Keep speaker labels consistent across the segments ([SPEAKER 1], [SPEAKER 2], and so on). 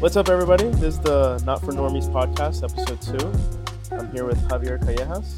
[SPEAKER 1] What's up, everybody? This is the Not for Normies podcast, episode two. I'm here with Javier Callejas.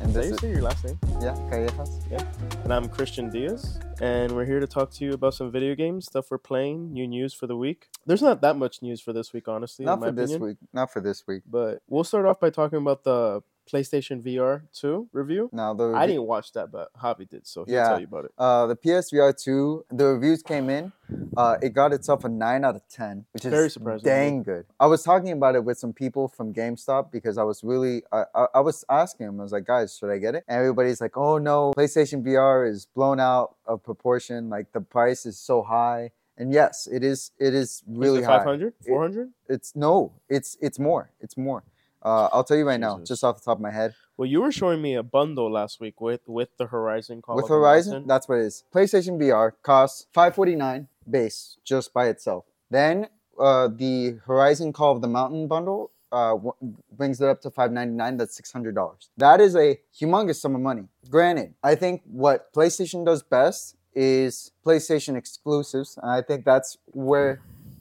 [SPEAKER 2] And
[SPEAKER 1] Did I
[SPEAKER 2] this
[SPEAKER 1] you
[SPEAKER 2] is,
[SPEAKER 1] say your last name?
[SPEAKER 2] yeah, Callejas.
[SPEAKER 1] And I'm Christian Diaz, and we're here to talk to you about some video games, stuff we're playing, new news for the week. There's not that much news for this week, honestly.
[SPEAKER 2] Not
[SPEAKER 1] in my
[SPEAKER 2] for this
[SPEAKER 1] opinion,
[SPEAKER 2] week. Not for this week.
[SPEAKER 1] But we'll start off by talking about the PlayStation VR 2 review.
[SPEAKER 2] Now the
[SPEAKER 1] I
[SPEAKER 2] revi-
[SPEAKER 1] didn't watch that, but Javi did, so he'll
[SPEAKER 2] Yeah.
[SPEAKER 1] tell you about it.
[SPEAKER 2] uh, the PSVR two. The reviews came in. Uh, it got itself a nine out of ten, which is
[SPEAKER 1] Very surprising, yeah.
[SPEAKER 2] Dang good. I was talking about it with some people from GameStop because I was really I, I, I was asking them. I was like, guys, should I get it? And everybody's like, oh no, PlayStation VR is blown out of proportion. Like the price is so high. And yes, it is. It is really high.
[SPEAKER 1] 500? 400?
[SPEAKER 2] It's no. It's it's more. It's more. Uh, I'll tell you right now,
[SPEAKER 1] Jesus.
[SPEAKER 2] just off the top of my head.
[SPEAKER 1] Well, you were showing me a bundle last week with with the Horizon Call
[SPEAKER 2] with
[SPEAKER 1] of the
[SPEAKER 2] Horizon,
[SPEAKER 1] Mountain.
[SPEAKER 2] that's what it is. PlayStation VR costs 549 base just by itself. Then uh, the Horizon Call of the Mountain bundle uh, w- brings it up to 599. That's $600. That is a humongous sum of money. Granted, I think what PlayStation does best is PlayStation exclusives, and I think that's where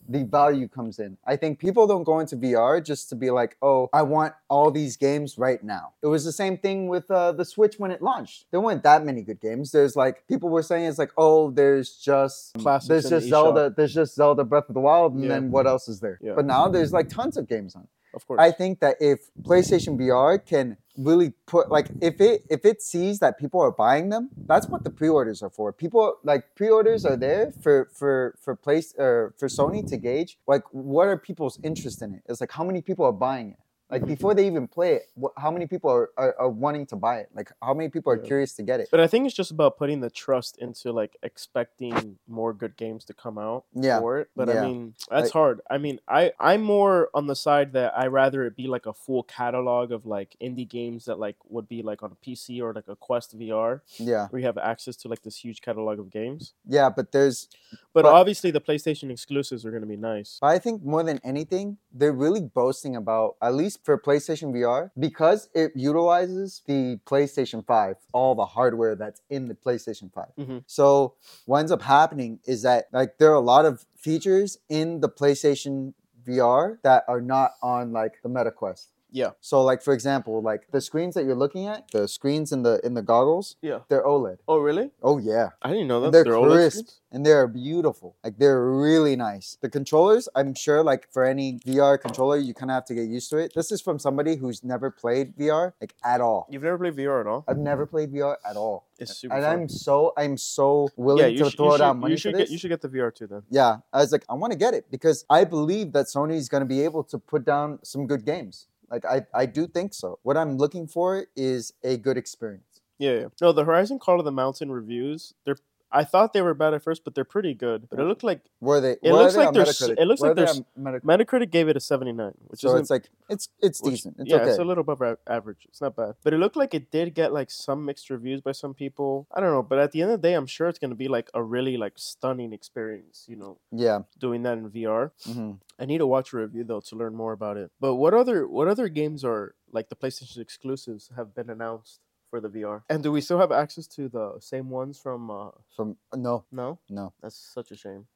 [SPEAKER 2] the value comes in. I think people don't go into VR just to be like, oh, I want all these games right now. It was the same thing with uh, the Switch when it launched. There weren't that many good games. There's like people were saying it's like, oh, there's just
[SPEAKER 1] Classics
[SPEAKER 2] there's
[SPEAKER 1] in the
[SPEAKER 2] just
[SPEAKER 1] eShop.
[SPEAKER 2] Zelda, there's just Zelda Breath of the Wild, and
[SPEAKER 1] Yeah.
[SPEAKER 2] then what else is there?
[SPEAKER 1] Yeah.
[SPEAKER 2] But now there's like tons of games on.
[SPEAKER 1] Of course.
[SPEAKER 2] I think that if PlayStation VR can really put like if it if it sees that people are buying them, that's what the pre-orders are for. People like pre-orders are there for for for place or for Sony to gauge like what are people's interest in it. It's like how many people are buying it. Like before they even play it, wh- how many people are, are, are wanting to buy it? Like how many people are
[SPEAKER 1] Yeah.
[SPEAKER 2] curious to get it?
[SPEAKER 1] but I think it's just about putting the trust into like expecting more good games to come out
[SPEAKER 2] Yeah.
[SPEAKER 1] for it. But I
[SPEAKER 2] Yeah.
[SPEAKER 1] mean, that's
[SPEAKER 2] Like-
[SPEAKER 1] hard. I mean, I I'm more on the side that I rather it be like a full catalog of like indie games that like would be like on a PC or like a Quest VR
[SPEAKER 2] Yeah.
[SPEAKER 1] where you have access to like this huge catalog of games.
[SPEAKER 2] Yeah, but there's
[SPEAKER 1] But,
[SPEAKER 2] But-
[SPEAKER 1] obviously the PlayStation exclusives are going to be nice.
[SPEAKER 2] But I think more than anything, they're really boasting about, at least for PlayStation VR, because it utilizes the PlayStation 5, all the hardware that's in the PlayStation 5.
[SPEAKER 1] Mhm.
[SPEAKER 2] So what ends up happening is that like there are a lot of features in the PlayStation VR that are not on like the Meta Quest.
[SPEAKER 1] Yeah.
[SPEAKER 2] So like for example, like the screens that you're looking at, the screens in the in the goggles,
[SPEAKER 1] Yeah.
[SPEAKER 2] they're OLED.
[SPEAKER 1] Oh, really?
[SPEAKER 2] Oh yeah
[SPEAKER 1] I didn't know that.
[SPEAKER 2] and they're,
[SPEAKER 1] They're OLED
[SPEAKER 2] crisp
[SPEAKER 1] screens?
[SPEAKER 2] and they're beautiful. Like they're really nice. The controllers, I'm sure, like for any VR controller, you kind of have to get used to it. This is from somebody who's never played VR like at all.
[SPEAKER 1] You've never played VR at all?
[SPEAKER 2] I've never played VR at all,
[SPEAKER 1] It's super
[SPEAKER 2] and
[SPEAKER 1] fun.
[SPEAKER 2] I'm so I'm so willing to throw down money
[SPEAKER 1] you should
[SPEAKER 2] for
[SPEAKER 1] get
[SPEAKER 2] this.
[SPEAKER 1] you should get the VR too then.
[SPEAKER 2] Yeah, I was like, I want to get it because I believe that Sony is going to be able to put down some good games. Like I, I do think so. What I'm looking for is a good experience.
[SPEAKER 1] Yeah, yeah. No, the Horizon Call of the Mountain reviews, they're I thought they were bad at first, but they're pretty good. But it looked like
[SPEAKER 2] Where they?
[SPEAKER 1] It
[SPEAKER 2] where
[SPEAKER 1] looks
[SPEAKER 2] are they
[SPEAKER 1] like
[SPEAKER 2] on
[SPEAKER 1] they're s-
[SPEAKER 2] Metacritic?
[SPEAKER 1] it looks
[SPEAKER 2] Where
[SPEAKER 1] like
[SPEAKER 2] are
[SPEAKER 1] they're
[SPEAKER 2] they on Metacritic?
[SPEAKER 1] Metacritic gave it a 79, which
[SPEAKER 2] so
[SPEAKER 1] is
[SPEAKER 2] it's like it's it's
[SPEAKER 1] which-
[SPEAKER 2] decent. It's
[SPEAKER 1] yeah,
[SPEAKER 2] okay.
[SPEAKER 1] it's a little above a- average. It's not bad, but it looked like it did get like some mixed reviews by some people. I don't know, but at the end of the day, I'm sure it's gonna be like a really like stunning experience. You know,
[SPEAKER 2] yeah.
[SPEAKER 1] doing that in VR.
[SPEAKER 2] mhm.
[SPEAKER 1] I need to watch a review though to learn more about it. But what other what other games are like the PlayStation exclusives have been announced for the VR? And do we still have access to the same ones from? Uh,
[SPEAKER 2] From no,
[SPEAKER 1] no,
[SPEAKER 2] no.
[SPEAKER 1] that's such a shame.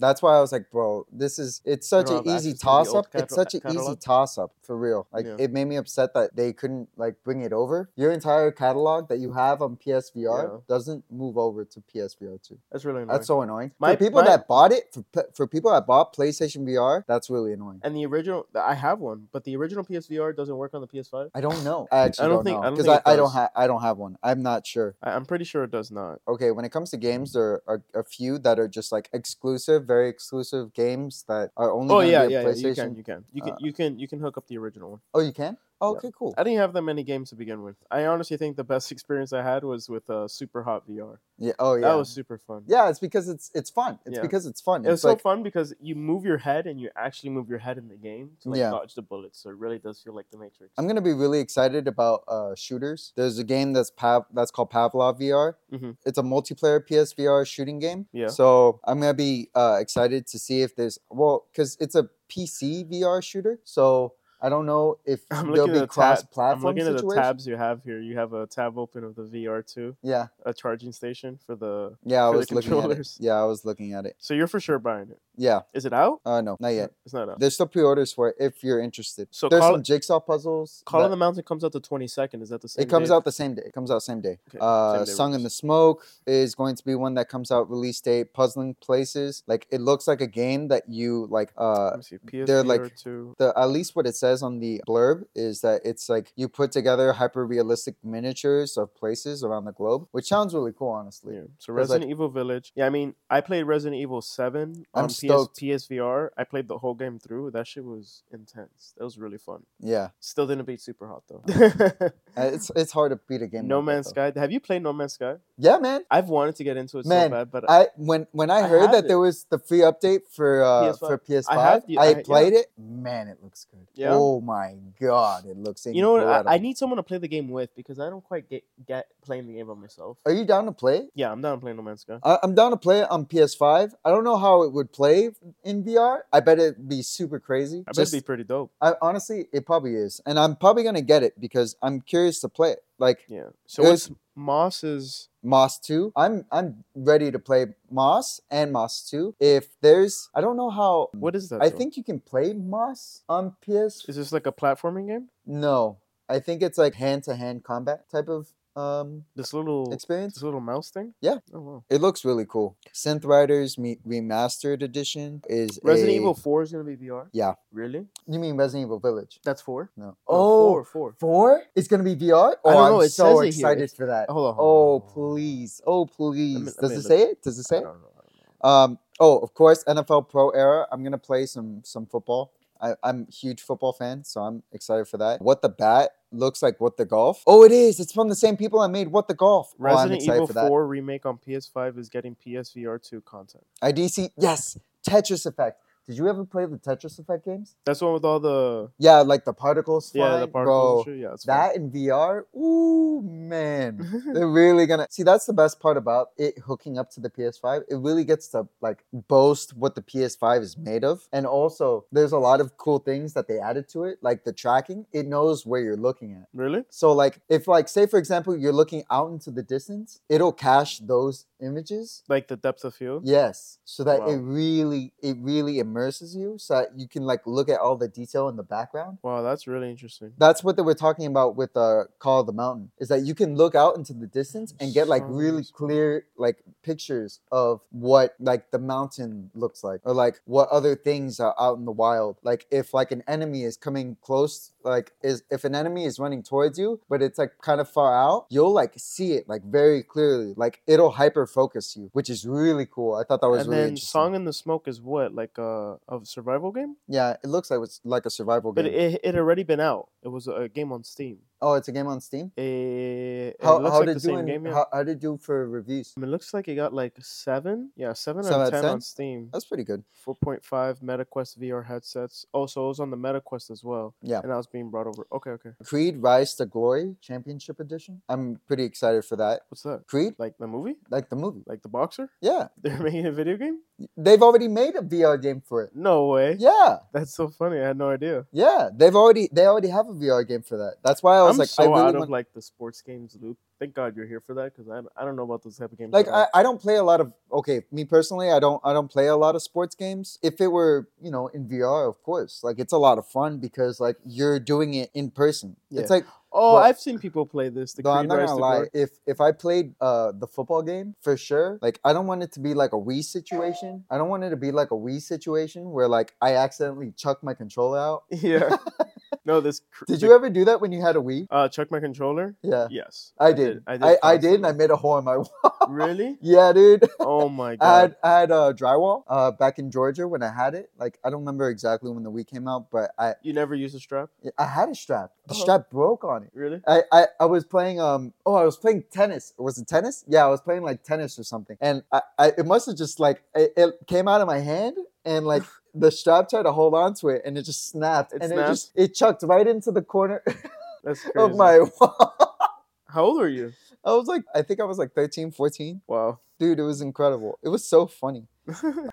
[SPEAKER 2] That's why I was like, bro, this is it's such
[SPEAKER 1] don't
[SPEAKER 2] an
[SPEAKER 1] have
[SPEAKER 2] easy
[SPEAKER 1] access to the old
[SPEAKER 2] toss up. It's
[SPEAKER 1] catalog-
[SPEAKER 2] such an easy
[SPEAKER 1] catalog.
[SPEAKER 2] toss up for real. Like
[SPEAKER 1] Yeah.
[SPEAKER 2] it made me upset that they couldn't like bring it over. Your entire catalog that you have on PSVR
[SPEAKER 1] Yeah.
[SPEAKER 2] doesn't move over to PSVR two.
[SPEAKER 1] That's really annoying.
[SPEAKER 2] That's so annoying.
[SPEAKER 1] My-
[SPEAKER 2] for people
[SPEAKER 1] my-
[SPEAKER 2] that bought it, for, pe- for people that bought PlayStation VR, that's really annoying.
[SPEAKER 1] and the original, I have one, but the original PSVR doesn't work on the PS5.
[SPEAKER 2] I don't know. I actually
[SPEAKER 1] I don't
[SPEAKER 2] don't,
[SPEAKER 1] think- I
[SPEAKER 2] know
[SPEAKER 1] don't
[SPEAKER 2] because
[SPEAKER 1] think
[SPEAKER 2] I,
[SPEAKER 1] it
[SPEAKER 2] I don't
[SPEAKER 1] does.
[SPEAKER 2] have I don't have one. I'm not sure.
[SPEAKER 1] I, I'm pretty sure it does not.
[SPEAKER 2] okay, when it comes to games,
[SPEAKER 1] Mm-hmm.
[SPEAKER 2] there are a few that are just like exclusive, very exclusive games that are only
[SPEAKER 1] Oh
[SPEAKER 2] gonna
[SPEAKER 1] yeah,
[SPEAKER 2] be
[SPEAKER 1] yeah,
[SPEAKER 2] a
[SPEAKER 1] yeah,
[SPEAKER 2] PlayStation.
[SPEAKER 1] you can, you can, you can,
[SPEAKER 2] uh,
[SPEAKER 1] you can, you can hook up the original one.
[SPEAKER 2] Oh, you can? Oh,
[SPEAKER 1] Yeah.
[SPEAKER 2] okay, cool.
[SPEAKER 1] I didn't have that many games to begin with. I honestly think the best experience I had was with uh, Super Hot VR.
[SPEAKER 2] Yeah. Oh, yeah.
[SPEAKER 1] That was super fun.
[SPEAKER 2] yeah, it's because it's it's fun. It's
[SPEAKER 1] Yeah.
[SPEAKER 2] because it's fun.
[SPEAKER 1] It was
[SPEAKER 2] It's
[SPEAKER 1] so
[SPEAKER 2] like
[SPEAKER 1] fun because you move your head and you actually move your head in the game to like
[SPEAKER 2] Yeah.
[SPEAKER 1] dodge the bullets. So it really does feel like the Matrix.
[SPEAKER 2] I'm gonna be really excited about uh, shooters. There's a game that's Pav- that's called Pavlov VR.
[SPEAKER 1] Mhm.
[SPEAKER 2] It's a multiplayer PSVR shooting game.
[SPEAKER 1] Yeah.
[SPEAKER 2] So I'm gonna be uh, excited to see if there's well, because it's a PC VR shooter. So I don't know if
[SPEAKER 1] I'm
[SPEAKER 2] they'll
[SPEAKER 1] looking
[SPEAKER 2] be
[SPEAKER 1] at the tab. I'm
[SPEAKER 2] cross-platform
[SPEAKER 1] looking at the
[SPEAKER 2] situation.
[SPEAKER 1] tabs you have here. You have a tab open of the VR2,
[SPEAKER 2] Yeah,
[SPEAKER 1] a charging station for the.
[SPEAKER 2] yeah, I
[SPEAKER 1] For the
[SPEAKER 2] was looking at it.
[SPEAKER 1] controllers.
[SPEAKER 2] Yeah, I was looking at it.
[SPEAKER 1] So you're for sure buying it.
[SPEAKER 2] Yeah,
[SPEAKER 1] Is it out?
[SPEAKER 2] uh, no, not yet.
[SPEAKER 1] It's not out.
[SPEAKER 2] There's still pre-orders for it if you're interested.
[SPEAKER 1] So
[SPEAKER 2] there's
[SPEAKER 1] Call-
[SPEAKER 2] some jigsaw puzzles.
[SPEAKER 1] Call
[SPEAKER 2] that-
[SPEAKER 1] on the Mountain comes out the 22nd. Is that the same?
[SPEAKER 2] It comes
[SPEAKER 1] date?
[SPEAKER 2] out the same day. It comes out same day.
[SPEAKER 1] Okay,
[SPEAKER 2] uh,
[SPEAKER 1] same day
[SPEAKER 2] Sung in
[SPEAKER 1] release.
[SPEAKER 2] the Smoke is going to be one that comes out release date. Puzzling Places, like it looks like a game that you like. Uh,
[SPEAKER 1] Let me see. PS
[SPEAKER 2] they're like-
[SPEAKER 1] VR2.
[SPEAKER 2] the at least what it says on the blurb is that it's like you put together hyper realistic miniatures of places around the globe, which sounds really cool, honestly.
[SPEAKER 1] Yeah. So
[SPEAKER 2] like-
[SPEAKER 1] Resident Evil Village. Yeah, I mean, I played Resident Evil 7
[SPEAKER 2] I'm
[SPEAKER 1] on PS,
[SPEAKER 2] stoked.
[SPEAKER 1] PSVR. I played the whole game through. That shit was intense. That was really fun.
[SPEAKER 2] Yeah,
[SPEAKER 1] Still didn't beat Super Hot though.
[SPEAKER 2] Uh, it's it's hard to beat a game.
[SPEAKER 1] no
[SPEAKER 2] like that,
[SPEAKER 1] Man's
[SPEAKER 2] though.
[SPEAKER 1] Sky. Have you played No Man's Sky?
[SPEAKER 2] Yeah, man.
[SPEAKER 1] I've wanted to get into it
[SPEAKER 2] Man,
[SPEAKER 1] so bad, but
[SPEAKER 2] I when when I
[SPEAKER 1] I
[SPEAKER 2] heard
[SPEAKER 1] have
[SPEAKER 2] that
[SPEAKER 1] it.
[SPEAKER 2] there was the free update for uh,
[SPEAKER 1] PS5.
[SPEAKER 2] for PS5,
[SPEAKER 1] I
[SPEAKER 2] I,
[SPEAKER 1] have the- I- yeah.
[SPEAKER 2] played it. Man, it looks good.
[SPEAKER 1] Yeah?
[SPEAKER 2] Oh my god, it looks
[SPEAKER 1] you know what?
[SPEAKER 2] incredible.
[SPEAKER 1] I, I need someone to play the game with because I don't quite get, get playing the game by myself.
[SPEAKER 2] Are you Uh, down to play? it?
[SPEAKER 1] Yeah, I'm down playing No Man's Sky.
[SPEAKER 2] I, I'm down to play it on PS5. I don't know how it would play in VR. I bet it'd be super crazy.
[SPEAKER 1] I bet
[SPEAKER 2] Just-
[SPEAKER 1] it'd be pretty dope.
[SPEAKER 2] I, honestly, it probably is, and I'm probably gonna get it because I'm curious to play it. Like
[SPEAKER 1] Yeah. So
[SPEAKER 2] There's-
[SPEAKER 1] what's Moss's?
[SPEAKER 2] Moss 2. I'm I'm ready to play Moss and Moss 2. If there's I don't know how
[SPEAKER 1] What is that?
[SPEAKER 2] Mm. I
[SPEAKER 1] though?
[SPEAKER 2] think you can play Moss on PS.
[SPEAKER 1] is this like a platforming game?
[SPEAKER 2] No, I think it's like hand to hand combat type of um
[SPEAKER 1] This little
[SPEAKER 2] experience.
[SPEAKER 1] this little mouse thing.
[SPEAKER 2] Yeah.
[SPEAKER 1] Oh wow.
[SPEAKER 2] It looks really cool. Synth Riders me- Remastered Edition is
[SPEAKER 1] Resident
[SPEAKER 2] a-
[SPEAKER 1] Evil Four is gonna be VR.
[SPEAKER 2] Yeah.
[SPEAKER 1] Really?
[SPEAKER 2] You mean Resident Evil Village?
[SPEAKER 1] That's four.
[SPEAKER 2] No.
[SPEAKER 1] Oh, four, four.
[SPEAKER 2] four? It's gonna be VR. Oh,
[SPEAKER 1] I don't know,
[SPEAKER 2] am
[SPEAKER 1] it
[SPEAKER 2] so
[SPEAKER 1] says it here.
[SPEAKER 2] excited for that.
[SPEAKER 1] Hold on.
[SPEAKER 2] Oh
[SPEAKER 1] hold on, hold on.
[SPEAKER 2] please! Oh please!
[SPEAKER 1] let
[SPEAKER 2] Does
[SPEAKER 1] me
[SPEAKER 2] it
[SPEAKER 1] look. Oh.
[SPEAKER 2] say it? Does it say
[SPEAKER 1] I
[SPEAKER 2] it?
[SPEAKER 1] don't know. I don't know.
[SPEAKER 2] Um. Oh, of course, NFL Pro Era. I'm gonna play some some football. I, I'm a huge football fan, so I'm excited for that. What the bat looks like? What the golf? Oh, it is. It's from the same people that made What the Golf. Oh, I'm
[SPEAKER 1] Resident
[SPEAKER 2] excited
[SPEAKER 1] Evil
[SPEAKER 2] for that.
[SPEAKER 1] Four remake on PS5 is getting PSVR two content.
[SPEAKER 2] IDC. Yes, Tetris Effect. Did you ever play the Tetris Effect games?
[SPEAKER 1] That's the one with all the
[SPEAKER 2] Yeah, like the particles.
[SPEAKER 1] yeah the
[SPEAKER 2] flying?
[SPEAKER 1] particles.
[SPEAKER 2] Bro,
[SPEAKER 1] and shit. Yeah, it's fun.
[SPEAKER 2] that in VR. Ooh man. They're really gonna see. That's the best part about it hooking up to the PS5. It really gets to like boast what the PS5 is made of, and also there's a lot of cool things that they added to it, like the tracking. It knows where you're looking at.
[SPEAKER 1] really?
[SPEAKER 2] So like if like say for example you're looking out into the distance, it'll cache those images.
[SPEAKER 1] Like the depth of field.
[SPEAKER 2] Yes, so that it
[SPEAKER 1] Wow.
[SPEAKER 2] really it really immerses you, so that you can like look at all the detail in the background
[SPEAKER 1] Wow, that's really interesting.
[SPEAKER 2] that's what they were talking about with uh, Call of the Mountain is that you can look out into the distance and get like
[SPEAKER 1] So
[SPEAKER 2] really
[SPEAKER 1] nice.
[SPEAKER 2] clear like pictures of what like the mountain looks like or like what other things are out in the wild like if like an enemy is coming close like is if an enemy is running towards you but it's like kind of far out you'll like see it like very clearly like it'll hyper focus you which is really cool i thought that was
[SPEAKER 1] and
[SPEAKER 2] really
[SPEAKER 1] then
[SPEAKER 2] interesting
[SPEAKER 1] Song in the Smoke is what like uh, a survival game,
[SPEAKER 2] yeah it looks like it's like a survival
[SPEAKER 1] but
[SPEAKER 2] game
[SPEAKER 1] it it already been out. It was a game on Steam.
[SPEAKER 2] oh it's a game on steam
[SPEAKER 1] Eh, It,
[SPEAKER 2] how,
[SPEAKER 1] looks
[SPEAKER 2] how
[SPEAKER 1] like
[SPEAKER 2] did
[SPEAKER 1] the
[SPEAKER 2] you
[SPEAKER 1] same
[SPEAKER 2] in-
[SPEAKER 1] game. Yeah.
[SPEAKER 2] how, how did you do for reviews
[SPEAKER 1] Um, it looks like it got like seven, yeah, seven,
[SPEAKER 2] Seven out
[SPEAKER 1] out
[SPEAKER 2] of
[SPEAKER 1] of ten
[SPEAKER 2] 10?
[SPEAKER 1] on Steam.
[SPEAKER 2] That's pretty good.
[SPEAKER 1] Four point five MetaQuest VR headsets. Oh, so it was on the MetaQuest as well.
[SPEAKER 2] Yeah.
[SPEAKER 1] and I was being brought over. Okay, okay.
[SPEAKER 2] Creed Rise to Glory Championship Edition. I'm pretty excited for that.
[SPEAKER 1] What's that?
[SPEAKER 2] Creed,
[SPEAKER 1] Like the movie?
[SPEAKER 2] like the movie.
[SPEAKER 1] Like the boxer?
[SPEAKER 2] Yeah.
[SPEAKER 1] They're making a video game?
[SPEAKER 2] They've already made a VR game for it.
[SPEAKER 1] No way.
[SPEAKER 2] Yeah.
[SPEAKER 1] That's so funny. I had no idea.
[SPEAKER 2] Yeah. They've already they already have a VR game for that. That's why I was
[SPEAKER 1] I'm
[SPEAKER 2] like
[SPEAKER 1] so
[SPEAKER 2] I really
[SPEAKER 1] out of
[SPEAKER 2] want, like,
[SPEAKER 1] like the sports games loop. Thank God you're here for that because I, I don't know about those type of games. at all.
[SPEAKER 2] I, I don't play a lot of okay, me personally, I don't I don't play a lot of sports games. If it were, you know, in VR, of course. Like it's a lot of fun because like you're doing it in person.
[SPEAKER 1] Yeah.
[SPEAKER 2] It's like
[SPEAKER 1] oh,
[SPEAKER 2] well-
[SPEAKER 1] I've seen people play this. The
[SPEAKER 2] Though
[SPEAKER 1] Creed
[SPEAKER 2] I'm not
[SPEAKER 1] Rise
[SPEAKER 2] gonna
[SPEAKER 1] to
[SPEAKER 2] lie,
[SPEAKER 1] Glory.
[SPEAKER 2] if if I played uh the football game for sure, like I don't want it to be like a Wii situation. I don't want it to be like a Wii situation where like I accidentally chuck my controller out.
[SPEAKER 1] Yeah. no, this. cr-
[SPEAKER 2] Did
[SPEAKER 1] the-
[SPEAKER 2] you ever do that when you had a Wii?
[SPEAKER 1] uh, check my controller?
[SPEAKER 2] Yeah,
[SPEAKER 1] Yes.
[SPEAKER 2] I did. I did. I, did, and I made a hole in my wall.
[SPEAKER 1] constantly. really?
[SPEAKER 2] yeah, dude.
[SPEAKER 1] Oh my
[SPEAKER 2] I
[SPEAKER 1] God.
[SPEAKER 2] had, I had uh, drywall uh, back in Georgia when I had it. Like I don't remember exactly when the Wii came out, but I
[SPEAKER 1] you never use a strap?
[SPEAKER 2] I had a strap. The
[SPEAKER 1] Oh.
[SPEAKER 2] strap broke on it.
[SPEAKER 1] Really?
[SPEAKER 2] I, I I was playing um oh I was playing tennis was it tennis yeah I was playing like tennis or something and I, I it must have just like it, it came out of my hand and like the strap tried to hold on to it and it just snapped
[SPEAKER 1] It
[SPEAKER 2] and it
[SPEAKER 1] snapped?
[SPEAKER 2] just it chucked right into the corner
[SPEAKER 1] That's crazy.
[SPEAKER 2] of my wall
[SPEAKER 1] How old were you?
[SPEAKER 2] I was like, I think I was like 13, 14.
[SPEAKER 1] Wow.
[SPEAKER 2] Dude, it was incredible. It was so funny.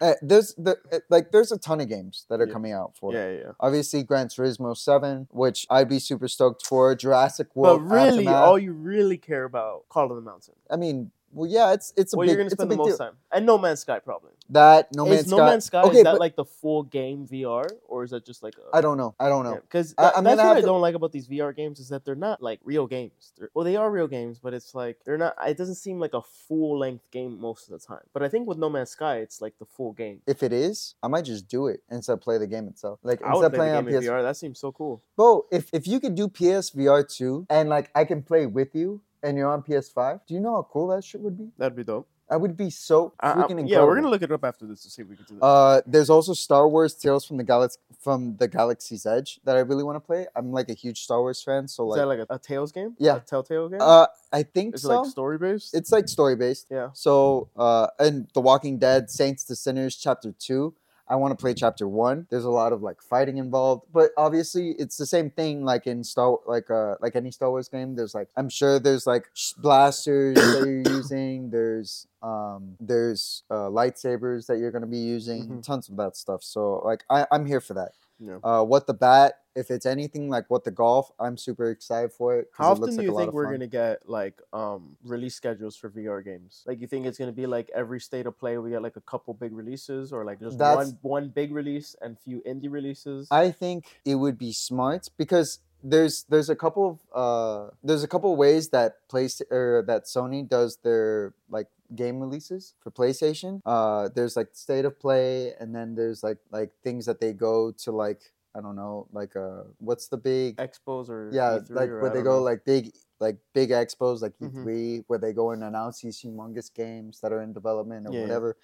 [SPEAKER 2] Uh, there's the uh, like there's a ton of games that are
[SPEAKER 1] Yeah.
[SPEAKER 2] coming out for. it.
[SPEAKER 1] yeah, yeah. yeah.
[SPEAKER 2] Obviously, Gran Turismo 7, which I'd be super stoked for. Jurassic
[SPEAKER 1] But
[SPEAKER 2] World.
[SPEAKER 1] really,
[SPEAKER 2] Aftermath.
[SPEAKER 1] all you really care about Call of the Mountain.
[SPEAKER 2] I mean, well, yeah, it's it's a
[SPEAKER 1] Well,
[SPEAKER 2] big,
[SPEAKER 1] you're gonna
[SPEAKER 2] it's a
[SPEAKER 1] spend the
[SPEAKER 2] big
[SPEAKER 1] most
[SPEAKER 2] deal.
[SPEAKER 1] time. And No Man's Sky probably.
[SPEAKER 2] That No Man's
[SPEAKER 1] is
[SPEAKER 2] Sky.
[SPEAKER 1] No Man's Sky
[SPEAKER 2] okay,
[SPEAKER 1] is that
[SPEAKER 2] but
[SPEAKER 1] like the full game VR or is that just like a
[SPEAKER 2] I don't know. I don't know.
[SPEAKER 1] Because
[SPEAKER 2] I- I'm
[SPEAKER 1] that's
[SPEAKER 2] gonna
[SPEAKER 1] what
[SPEAKER 2] have
[SPEAKER 1] I
[SPEAKER 2] to-
[SPEAKER 1] don't like about these VR games is that they're not like real games. They're, well, they are real games, but it's like they're not. It doesn't seem like a full length game most of the time. But I think with No Man's Sky, it's like the full game.
[SPEAKER 2] If it is, I might just do it instead of play the game itself. Like
[SPEAKER 1] I
[SPEAKER 2] instead
[SPEAKER 1] would
[SPEAKER 2] of
[SPEAKER 1] play
[SPEAKER 2] playing
[SPEAKER 1] the
[SPEAKER 2] on
[SPEAKER 1] game in
[SPEAKER 2] PS.
[SPEAKER 1] VR. That seems so cool.
[SPEAKER 2] Bro, if if you could do PSVR two and like I can play with you and you're on PS5, do you know how cool that shit would be?
[SPEAKER 1] That'd be dope.
[SPEAKER 2] That would be so freaking
[SPEAKER 1] I- I-
[SPEAKER 2] incredible.
[SPEAKER 1] yeah, we're gonna look it up after this to see if we can do that.
[SPEAKER 2] Uh, there's also Star Wars Tales from the Galaxy from the Galaxy's Edge that I really want to play. I'm like a huge Star Wars fan, so
[SPEAKER 1] is
[SPEAKER 2] Oh,
[SPEAKER 1] that
[SPEAKER 2] like,
[SPEAKER 1] like a, a Tales game?
[SPEAKER 2] Yeah.
[SPEAKER 1] a Telltale game.
[SPEAKER 2] uh, I think
[SPEAKER 1] is it
[SPEAKER 2] so.
[SPEAKER 1] like story based?
[SPEAKER 2] it's like story based.
[SPEAKER 1] Yeah.
[SPEAKER 2] So, uh, and The Walking Dead, Saints to Sinners, Chapter Two. I want to play Chapter One. There's a lot of like fighting involved, but obviously it's the same thing. Like in Star, like uh, like any Star Wars game, there's like I'm sure there's like sh- blasters that you're using. There's um, there's uh, lightsabers that you're gonna be using.
[SPEAKER 1] Mhm.
[SPEAKER 2] Tons of that stuff. So like I, I'm here for that.
[SPEAKER 1] Yeah.
[SPEAKER 2] Uh, what the bat? If it's anything like what the golf, I'm super excited for it. 'cause
[SPEAKER 1] How
[SPEAKER 2] it looks
[SPEAKER 1] often do
[SPEAKER 2] like a
[SPEAKER 1] you
[SPEAKER 2] lot
[SPEAKER 1] think
[SPEAKER 2] of
[SPEAKER 1] we're
[SPEAKER 2] fun.
[SPEAKER 1] gonna get like um release schedules for VR games? Like, you think it's gonna be like every state of play we get like a couple big releases, or like just
[SPEAKER 2] That's-
[SPEAKER 1] one one big release and few indie releases?
[SPEAKER 2] I think it would be smart because there's there's a couple of uh, there's a couple of ways that place or that Sony does their like game releases for PlayStation. Uh, there's like state of play, and then there's like like things that they go to like I don't know like uh what's the big
[SPEAKER 1] Expos or
[SPEAKER 2] yeah
[SPEAKER 1] E3
[SPEAKER 2] like
[SPEAKER 1] or
[SPEAKER 2] where
[SPEAKER 1] I
[SPEAKER 2] they
[SPEAKER 1] don't
[SPEAKER 2] go
[SPEAKER 1] know.
[SPEAKER 2] like big like big expos like
[SPEAKER 1] Mhm.
[SPEAKER 2] E3 where they go and announce these humongous games that are in development or
[SPEAKER 1] Yeah, yeah.
[SPEAKER 2] whatever.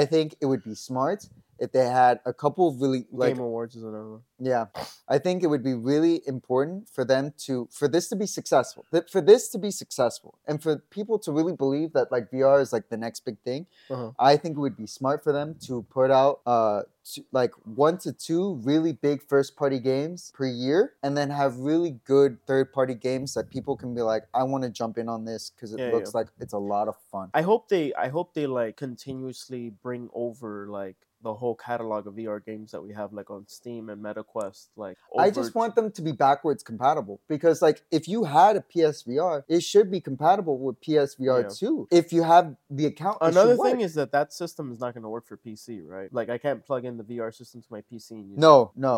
[SPEAKER 2] I think it would be smart if they had a couple of really like
[SPEAKER 1] Game Awards is another one.
[SPEAKER 2] yeah, I think it would be really important for them to for this to be successful, th- for this to be successful, and for people to really believe that like VR is like the next big thing.
[SPEAKER 1] Uh-huh.
[SPEAKER 2] I think it would be smart for them to put out uh t- like one to two really big first party games per year, and then have really good third party games that people can be like, I want to jump in on this because it
[SPEAKER 1] Yeah,
[SPEAKER 2] looks like it's a lot of fun.
[SPEAKER 1] I hope they I hope they like continuously bring over like the whole catalog of VR games that we have like on Steam and MetaQuest. Like over
[SPEAKER 2] I just want them to be backwards compatible because, like, if you had a PSVR, it should be compatible with PSVR
[SPEAKER 1] Yeah.
[SPEAKER 2] 2. If you have the account,
[SPEAKER 1] Another thing is that that system is not going to work for PC, right? Like I can't plug in the VR system to my PC and use it.
[SPEAKER 2] no, no,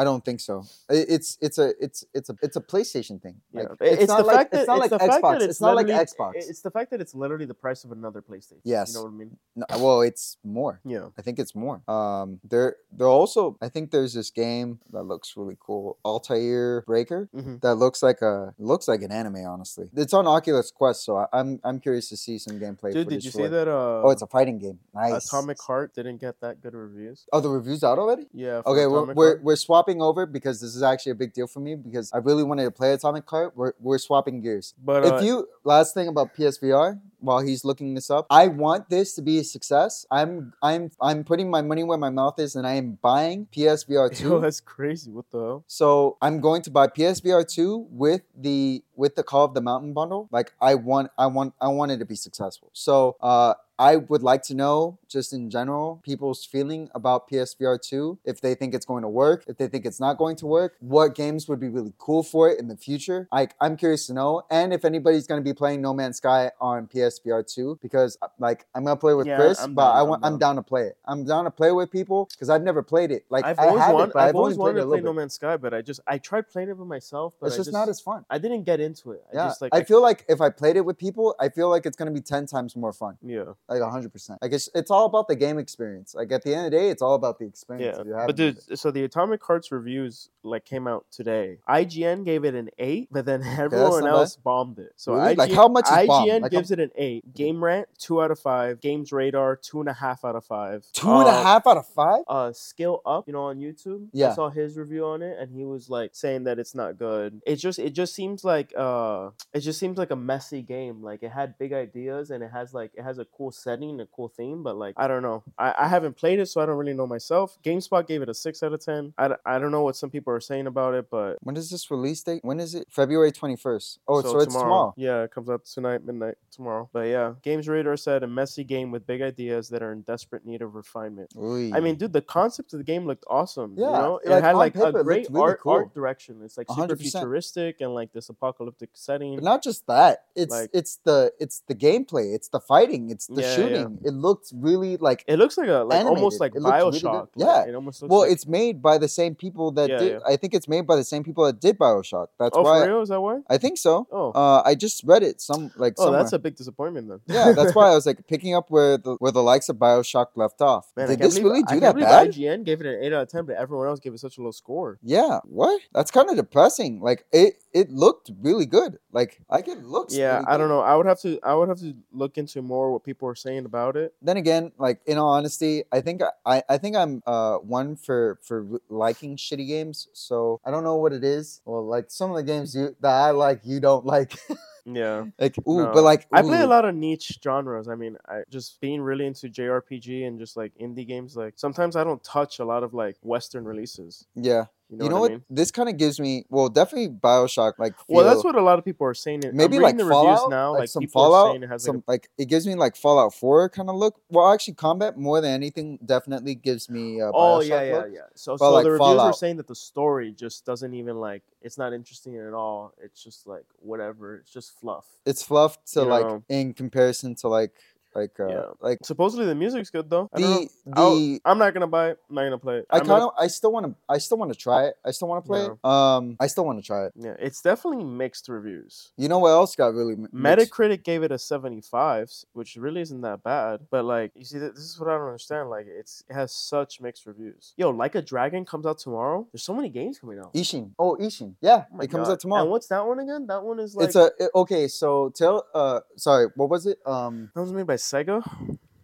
[SPEAKER 2] I don't think so. I- It's it's a it's it's a it's a PlayStation thing.
[SPEAKER 1] Yeah,
[SPEAKER 2] Like,
[SPEAKER 1] but
[SPEAKER 2] it's, not like it's not like
[SPEAKER 1] the fact
[SPEAKER 2] Xbox.
[SPEAKER 1] that
[SPEAKER 2] It's, not like
[SPEAKER 1] literally-
[SPEAKER 2] Xbox.
[SPEAKER 1] It's the fact that it's literally the price of another PlayStation.
[SPEAKER 2] Yes.
[SPEAKER 1] you know what I mean.
[SPEAKER 2] No, well, it's more.
[SPEAKER 1] Yeah,
[SPEAKER 2] I think it's more. Um, there, there also. I think there's this game that looks really cool, Altair Breaker,
[SPEAKER 1] Mhm.
[SPEAKER 2] that looks like a looks like an anime. Honestly, it's on Oculus Quest, so I, I'm I'm curious to see some gameplay.
[SPEAKER 1] dude, did
[SPEAKER 2] footage
[SPEAKER 1] you
[SPEAKER 2] for
[SPEAKER 1] see
[SPEAKER 2] it.
[SPEAKER 1] that? Uh,
[SPEAKER 2] Oh, it's a fighting game. Nice.
[SPEAKER 1] Atomic Heart didn't get that good reviews.
[SPEAKER 2] Oh, the review's out already.
[SPEAKER 1] Yeah. for
[SPEAKER 2] Okay, we're,
[SPEAKER 1] Atomic
[SPEAKER 2] we're,
[SPEAKER 1] Heart.
[SPEAKER 2] we're swapping over because this is actually a big deal for me because I really wanted to play Atomic Heart. We're, we're swapping gears.
[SPEAKER 1] but uh,
[SPEAKER 2] If you last thing about PSVR while he's looking this up, I want this to be a success. I'm I'm I'm putting my money where my mouth is, and I am buying PSVR
[SPEAKER 1] yo,
[SPEAKER 2] two.
[SPEAKER 1] that's crazy. What the hell?
[SPEAKER 2] So I'm going to buy PSVR two with the with the Call of the Mountain bundle. Like I want I want I want it to be successful. So uh, I would like to know just in general people's feeling about PSVR two. If they think it's going to work, if they think it's not going to work, what games would be really cool for it in the future. Like I'm curious to know, and if anybody's going to be playing No Man's Sky on PSVR two because uh, like I'm gonna play with
[SPEAKER 1] Yeah,
[SPEAKER 2] Chris,
[SPEAKER 1] I'm
[SPEAKER 2] but
[SPEAKER 1] down,
[SPEAKER 2] I
[SPEAKER 1] I'm
[SPEAKER 2] want I'm
[SPEAKER 1] down.
[SPEAKER 2] down to play it. I'm down to play with people because I've never played it. Like
[SPEAKER 1] I've
[SPEAKER 2] I
[SPEAKER 1] always
[SPEAKER 2] have
[SPEAKER 1] wanted.
[SPEAKER 2] it, but
[SPEAKER 1] I've,
[SPEAKER 2] I've,
[SPEAKER 1] always
[SPEAKER 2] only
[SPEAKER 1] wanted
[SPEAKER 2] played it a
[SPEAKER 1] to play
[SPEAKER 2] little
[SPEAKER 1] No
[SPEAKER 2] bit. It's
[SPEAKER 1] Man's Sky, but I just I tried playing it by myself. But I
[SPEAKER 2] just not as fun.
[SPEAKER 1] I didn't get into it. I
[SPEAKER 2] Yeah,
[SPEAKER 1] just like.
[SPEAKER 2] I feel like if I played it with people, I feel like it's gonna be ten times more fun,
[SPEAKER 1] yeah,
[SPEAKER 2] like hundred percent. Like it's, it's all about the game experience. Like at the end of the day, it's all about the experience.
[SPEAKER 1] yeah.
[SPEAKER 2] if you're having
[SPEAKER 1] But
[SPEAKER 2] with
[SPEAKER 1] dude,
[SPEAKER 2] it.
[SPEAKER 1] so the Atomic Hearts reviews like came out today. IGN gave it an eight, but then everyone
[SPEAKER 2] not bad.
[SPEAKER 1] else bombed it. So
[SPEAKER 2] Really?
[SPEAKER 1] IGN,
[SPEAKER 2] Like, how much is
[SPEAKER 1] IGN
[SPEAKER 2] bomb? Like, how-
[SPEAKER 1] gives it an eight. Game Rant two out of five. Games Radar two and a half out of five.
[SPEAKER 2] two and a
[SPEAKER 1] Uh,
[SPEAKER 2] half out of five.
[SPEAKER 1] uh skill up you know on youtube i
[SPEAKER 2] Yeah.
[SPEAKER 1] saw his review on it and he was like saying that it's not good it just it just seems like like uh it just seems like a messy game. Like it had big ideas and it has like it has a cool setting, a cool theme, but like I don't know. I, I haven't played it, so I don't really know myself. GameSpot gave it a six out of ten. I, d- I don't know what some people are saying about it, but
[SPEAKER 2] When is this release date? When is it? February 21st. Oh, so, it's
[SPEAKER 1] tomorrow.
[SPEAKER 2] tomorrow.
[SPEAKER 1] Yeah, it comes out tonight, midnight tomorrow. But yeah, Games Radar said a messy game with big ideas that are in desperate need of refinement. I
[SPEAKER 2] Ooh.
[SPEAKER 1] mean, dude, the concept of the game looked awesome.
[SPEAKER 2] Yeah,
[SPEAKER 1] you know, it
[SPEAKER 2] like,
[SPEAKER 1] had
[SPEAKER 2] on
[SPEAKER 1] like
[SPEAKER 2] paper,
[SPEAKER 1] a
[SPEAKER 2] it looked
[SPEAKER 1] great
[SPEAKER 2] really
[SPEAKER 1] art,
[SPEAKER 2] cool.
[SPEAKER 1] art direction. It's like
[SPEAKER 2] A
[SPEAKER 1] super
[SPEAKER 2] hundred percent.
[SPEAKER 1] futuristic and like this apocalyptic setting.
[SPEAKER 2] But not just that. It's
[SPEAKER 1] Like-
[SPEAKER 2] it's the it's the gameplay. It's the fighting. It's the
[SPEAKER 1] Yeah, yeah.
[SPEAKER 2] shooting. It looks really like
[SPEAKER 1] it looks like a like almost
[SPEAKER 2] Animated.
[SPEAKER 1] like
[SPEAKER 2] It looked really good.
[SPEAKER 1] Bioshock. like,
[SPEAKER 2] Yeah.
[SPEAKER 1] it almost looks
[SPEAKER 2] well,
[SPEAKER 1] like-
[SPEAKER 2] it's made by the same people that
[SPEAKER 1] Yeah,
[SPEAKER 2] did.
[SPEAKER 1] yeah.
[SPEAKER 2] I think it's made by the same people that did Bioshock. That's
[SPEAKER 1] oh
[SPEAKER 2] why
[SPEAKER 1] for real is that why?
[SPEAKER 2] I think so.
[SPEAKER 1] Oh,
[SPEAKER 2] Uh, I just read it some like
[SPEAKER 1] oh,
[SPEAKER 2] somewhere.
[SPEAKER 1] that's a big disappointment then.
[SPEAKER 2] yeah, that's why I was like picking up where the where the likes of Bioshock left off.
[SPEAKER 1] Man, I
[SPEAKER 2] did
[SPEAKER 1] can't
[SPEAKER 2] this
[SPEAKER 1] believe-
[SPEAKER 2] really
[SPEAKER 1] I
[SPEAKER 2] do
[SPEAKER 1] can't
[SPEAKER 2] that
[SPEAKER 1] believe
[SPEAKER 2] bad?
[SPEAKER 1] IGN gave it an eight out of ten, but everyone else gave it such a low score.
[SPEAKER 2] Yeah, what? That's kind of depressing. Like it, it looked really good. Like like it looks.
[SPEAKER 1] yeah
[SPEAKER 2] really
[SPEAKER 1] i
[SPEAKER 2] good.
[SPEAKER 1] don't know i would have to i would have to look into more what people are saying about it
[SPEAKER 2] Then again, like in all honesty, I think I I think I'm uh one for for liking shitty games. So I don't know what it is. Well, like some of the games you that I like, you don't like.
[SPEAKER 1] yeah
[SPEAKER 2] like ooh,
[SPEAKER 1] No.
[SPEAKER 2] but like
[SPEAKER 1] i play
[SPEAKER 2] ooh,
[SPEAKER 1] a lot of niche genres i mean i just being really into jrpg and just like indie games like sometimes i don't touch a lot of like western releases
[SPEAKER 2] Yeah,
[SPEAKER 1] you
[SPEAKER 2] you
[SPEAKER 1] know,
[SPEAKER 2] know,
[SPEAKER 1] what,
[SPEAKER 2] what?
[SPEAKER 1] i mean
[SPEAKER 2] This kind of gives me well, definitely Bioshock. Like
[SPEAKER 1] well that's
[SPEAKER 2] feel-
[SPEAKER 1] what a lot of people are saying I'm
[SPEAKER 2] maybe
[SPEAKER 1] reading
[SPEAKER 2] like
[SPEAKER 1] the
[SPEAKER 2] Fallout,
[SPEAKER 1] reviews now
[SPEAKER 2] like,
[SPEAKER 1] like,
[SPEAKER 2] some
[SPEAKER 1] people
[SPEAKER 2] Fallout,
[SPEAKER 1] are saying it has
[SPEAKER 2] some
[SPEAKER 1] like
[SPEAKER 2] like it gives me like Fallout Four kind of look. Well, actually, combat more than anything definitely gives me. Uh,
[SPEAKER 1] a, oh
[SPEAKER 2] Bioshock
[SPEAKER 1] yeah yeah
[SPEAKER 2] look.
[SPEAKER 1] yeah so,
[SPEAKER 2] but,
[SPEAKER 1] so
[SPEAKER 2] like,
[SPEAKER 1] the reviews were
[SPEAKER 2] Fallout.
[SPEAKER 1] saying that the story just doesn't even like it's not interesting at all it's just like whatever it's just fluff
[SPEAKER 2] It's fluff to
[SPEAKER 1] You
[SPEAKER 2] like
[SPEAKER 1] know.
[SPEAKER 2] in comparison to like like uh,
[SPEAKER 1] Yeah.
[SPEAKER 2] like
[SPEAKER 1] supposedly the music's good though I don't know.
[SPEAKER 2] the the.
[SPEAKER 1] I'll- I'm not gonna buy it. I'm not gonna play it.
[SPEAKER 2] I
[SPEAKER 1] I'm gonna-
[SPEAKER 2] kind of, I still want to, I still want to try it. I still want to play it. Um, I still want to try it.
[SPEAKER 1] Yeah, it's definitely mixed reviews.
[SPEAKER 2] You know what else got really mi- mixed?
[SPEAKER 1] Metacritic gave it a 75, which really isn't that bad. But like, you see, th- this is what I don't understand. Like, it's it has such mixed reviews. Yo, Like a Dragon comes out tomorrow. There's so many games coming out.
[SPEAKER 2] Ishin? Oh, Ishin. Yeah,
[SPEAKER 1] Oh my
[SPEAKER 2] it comes
[SPEAKER 1] God.
[SPEAKER 2] out tomorrow.
[SPEAKER 1] And what's that one again? That one is like
[SPEAKER 2] it's a it- okay. So tell. Uh, sorry. What was it? Um.
[SPEAKER 1] that was made by Sega.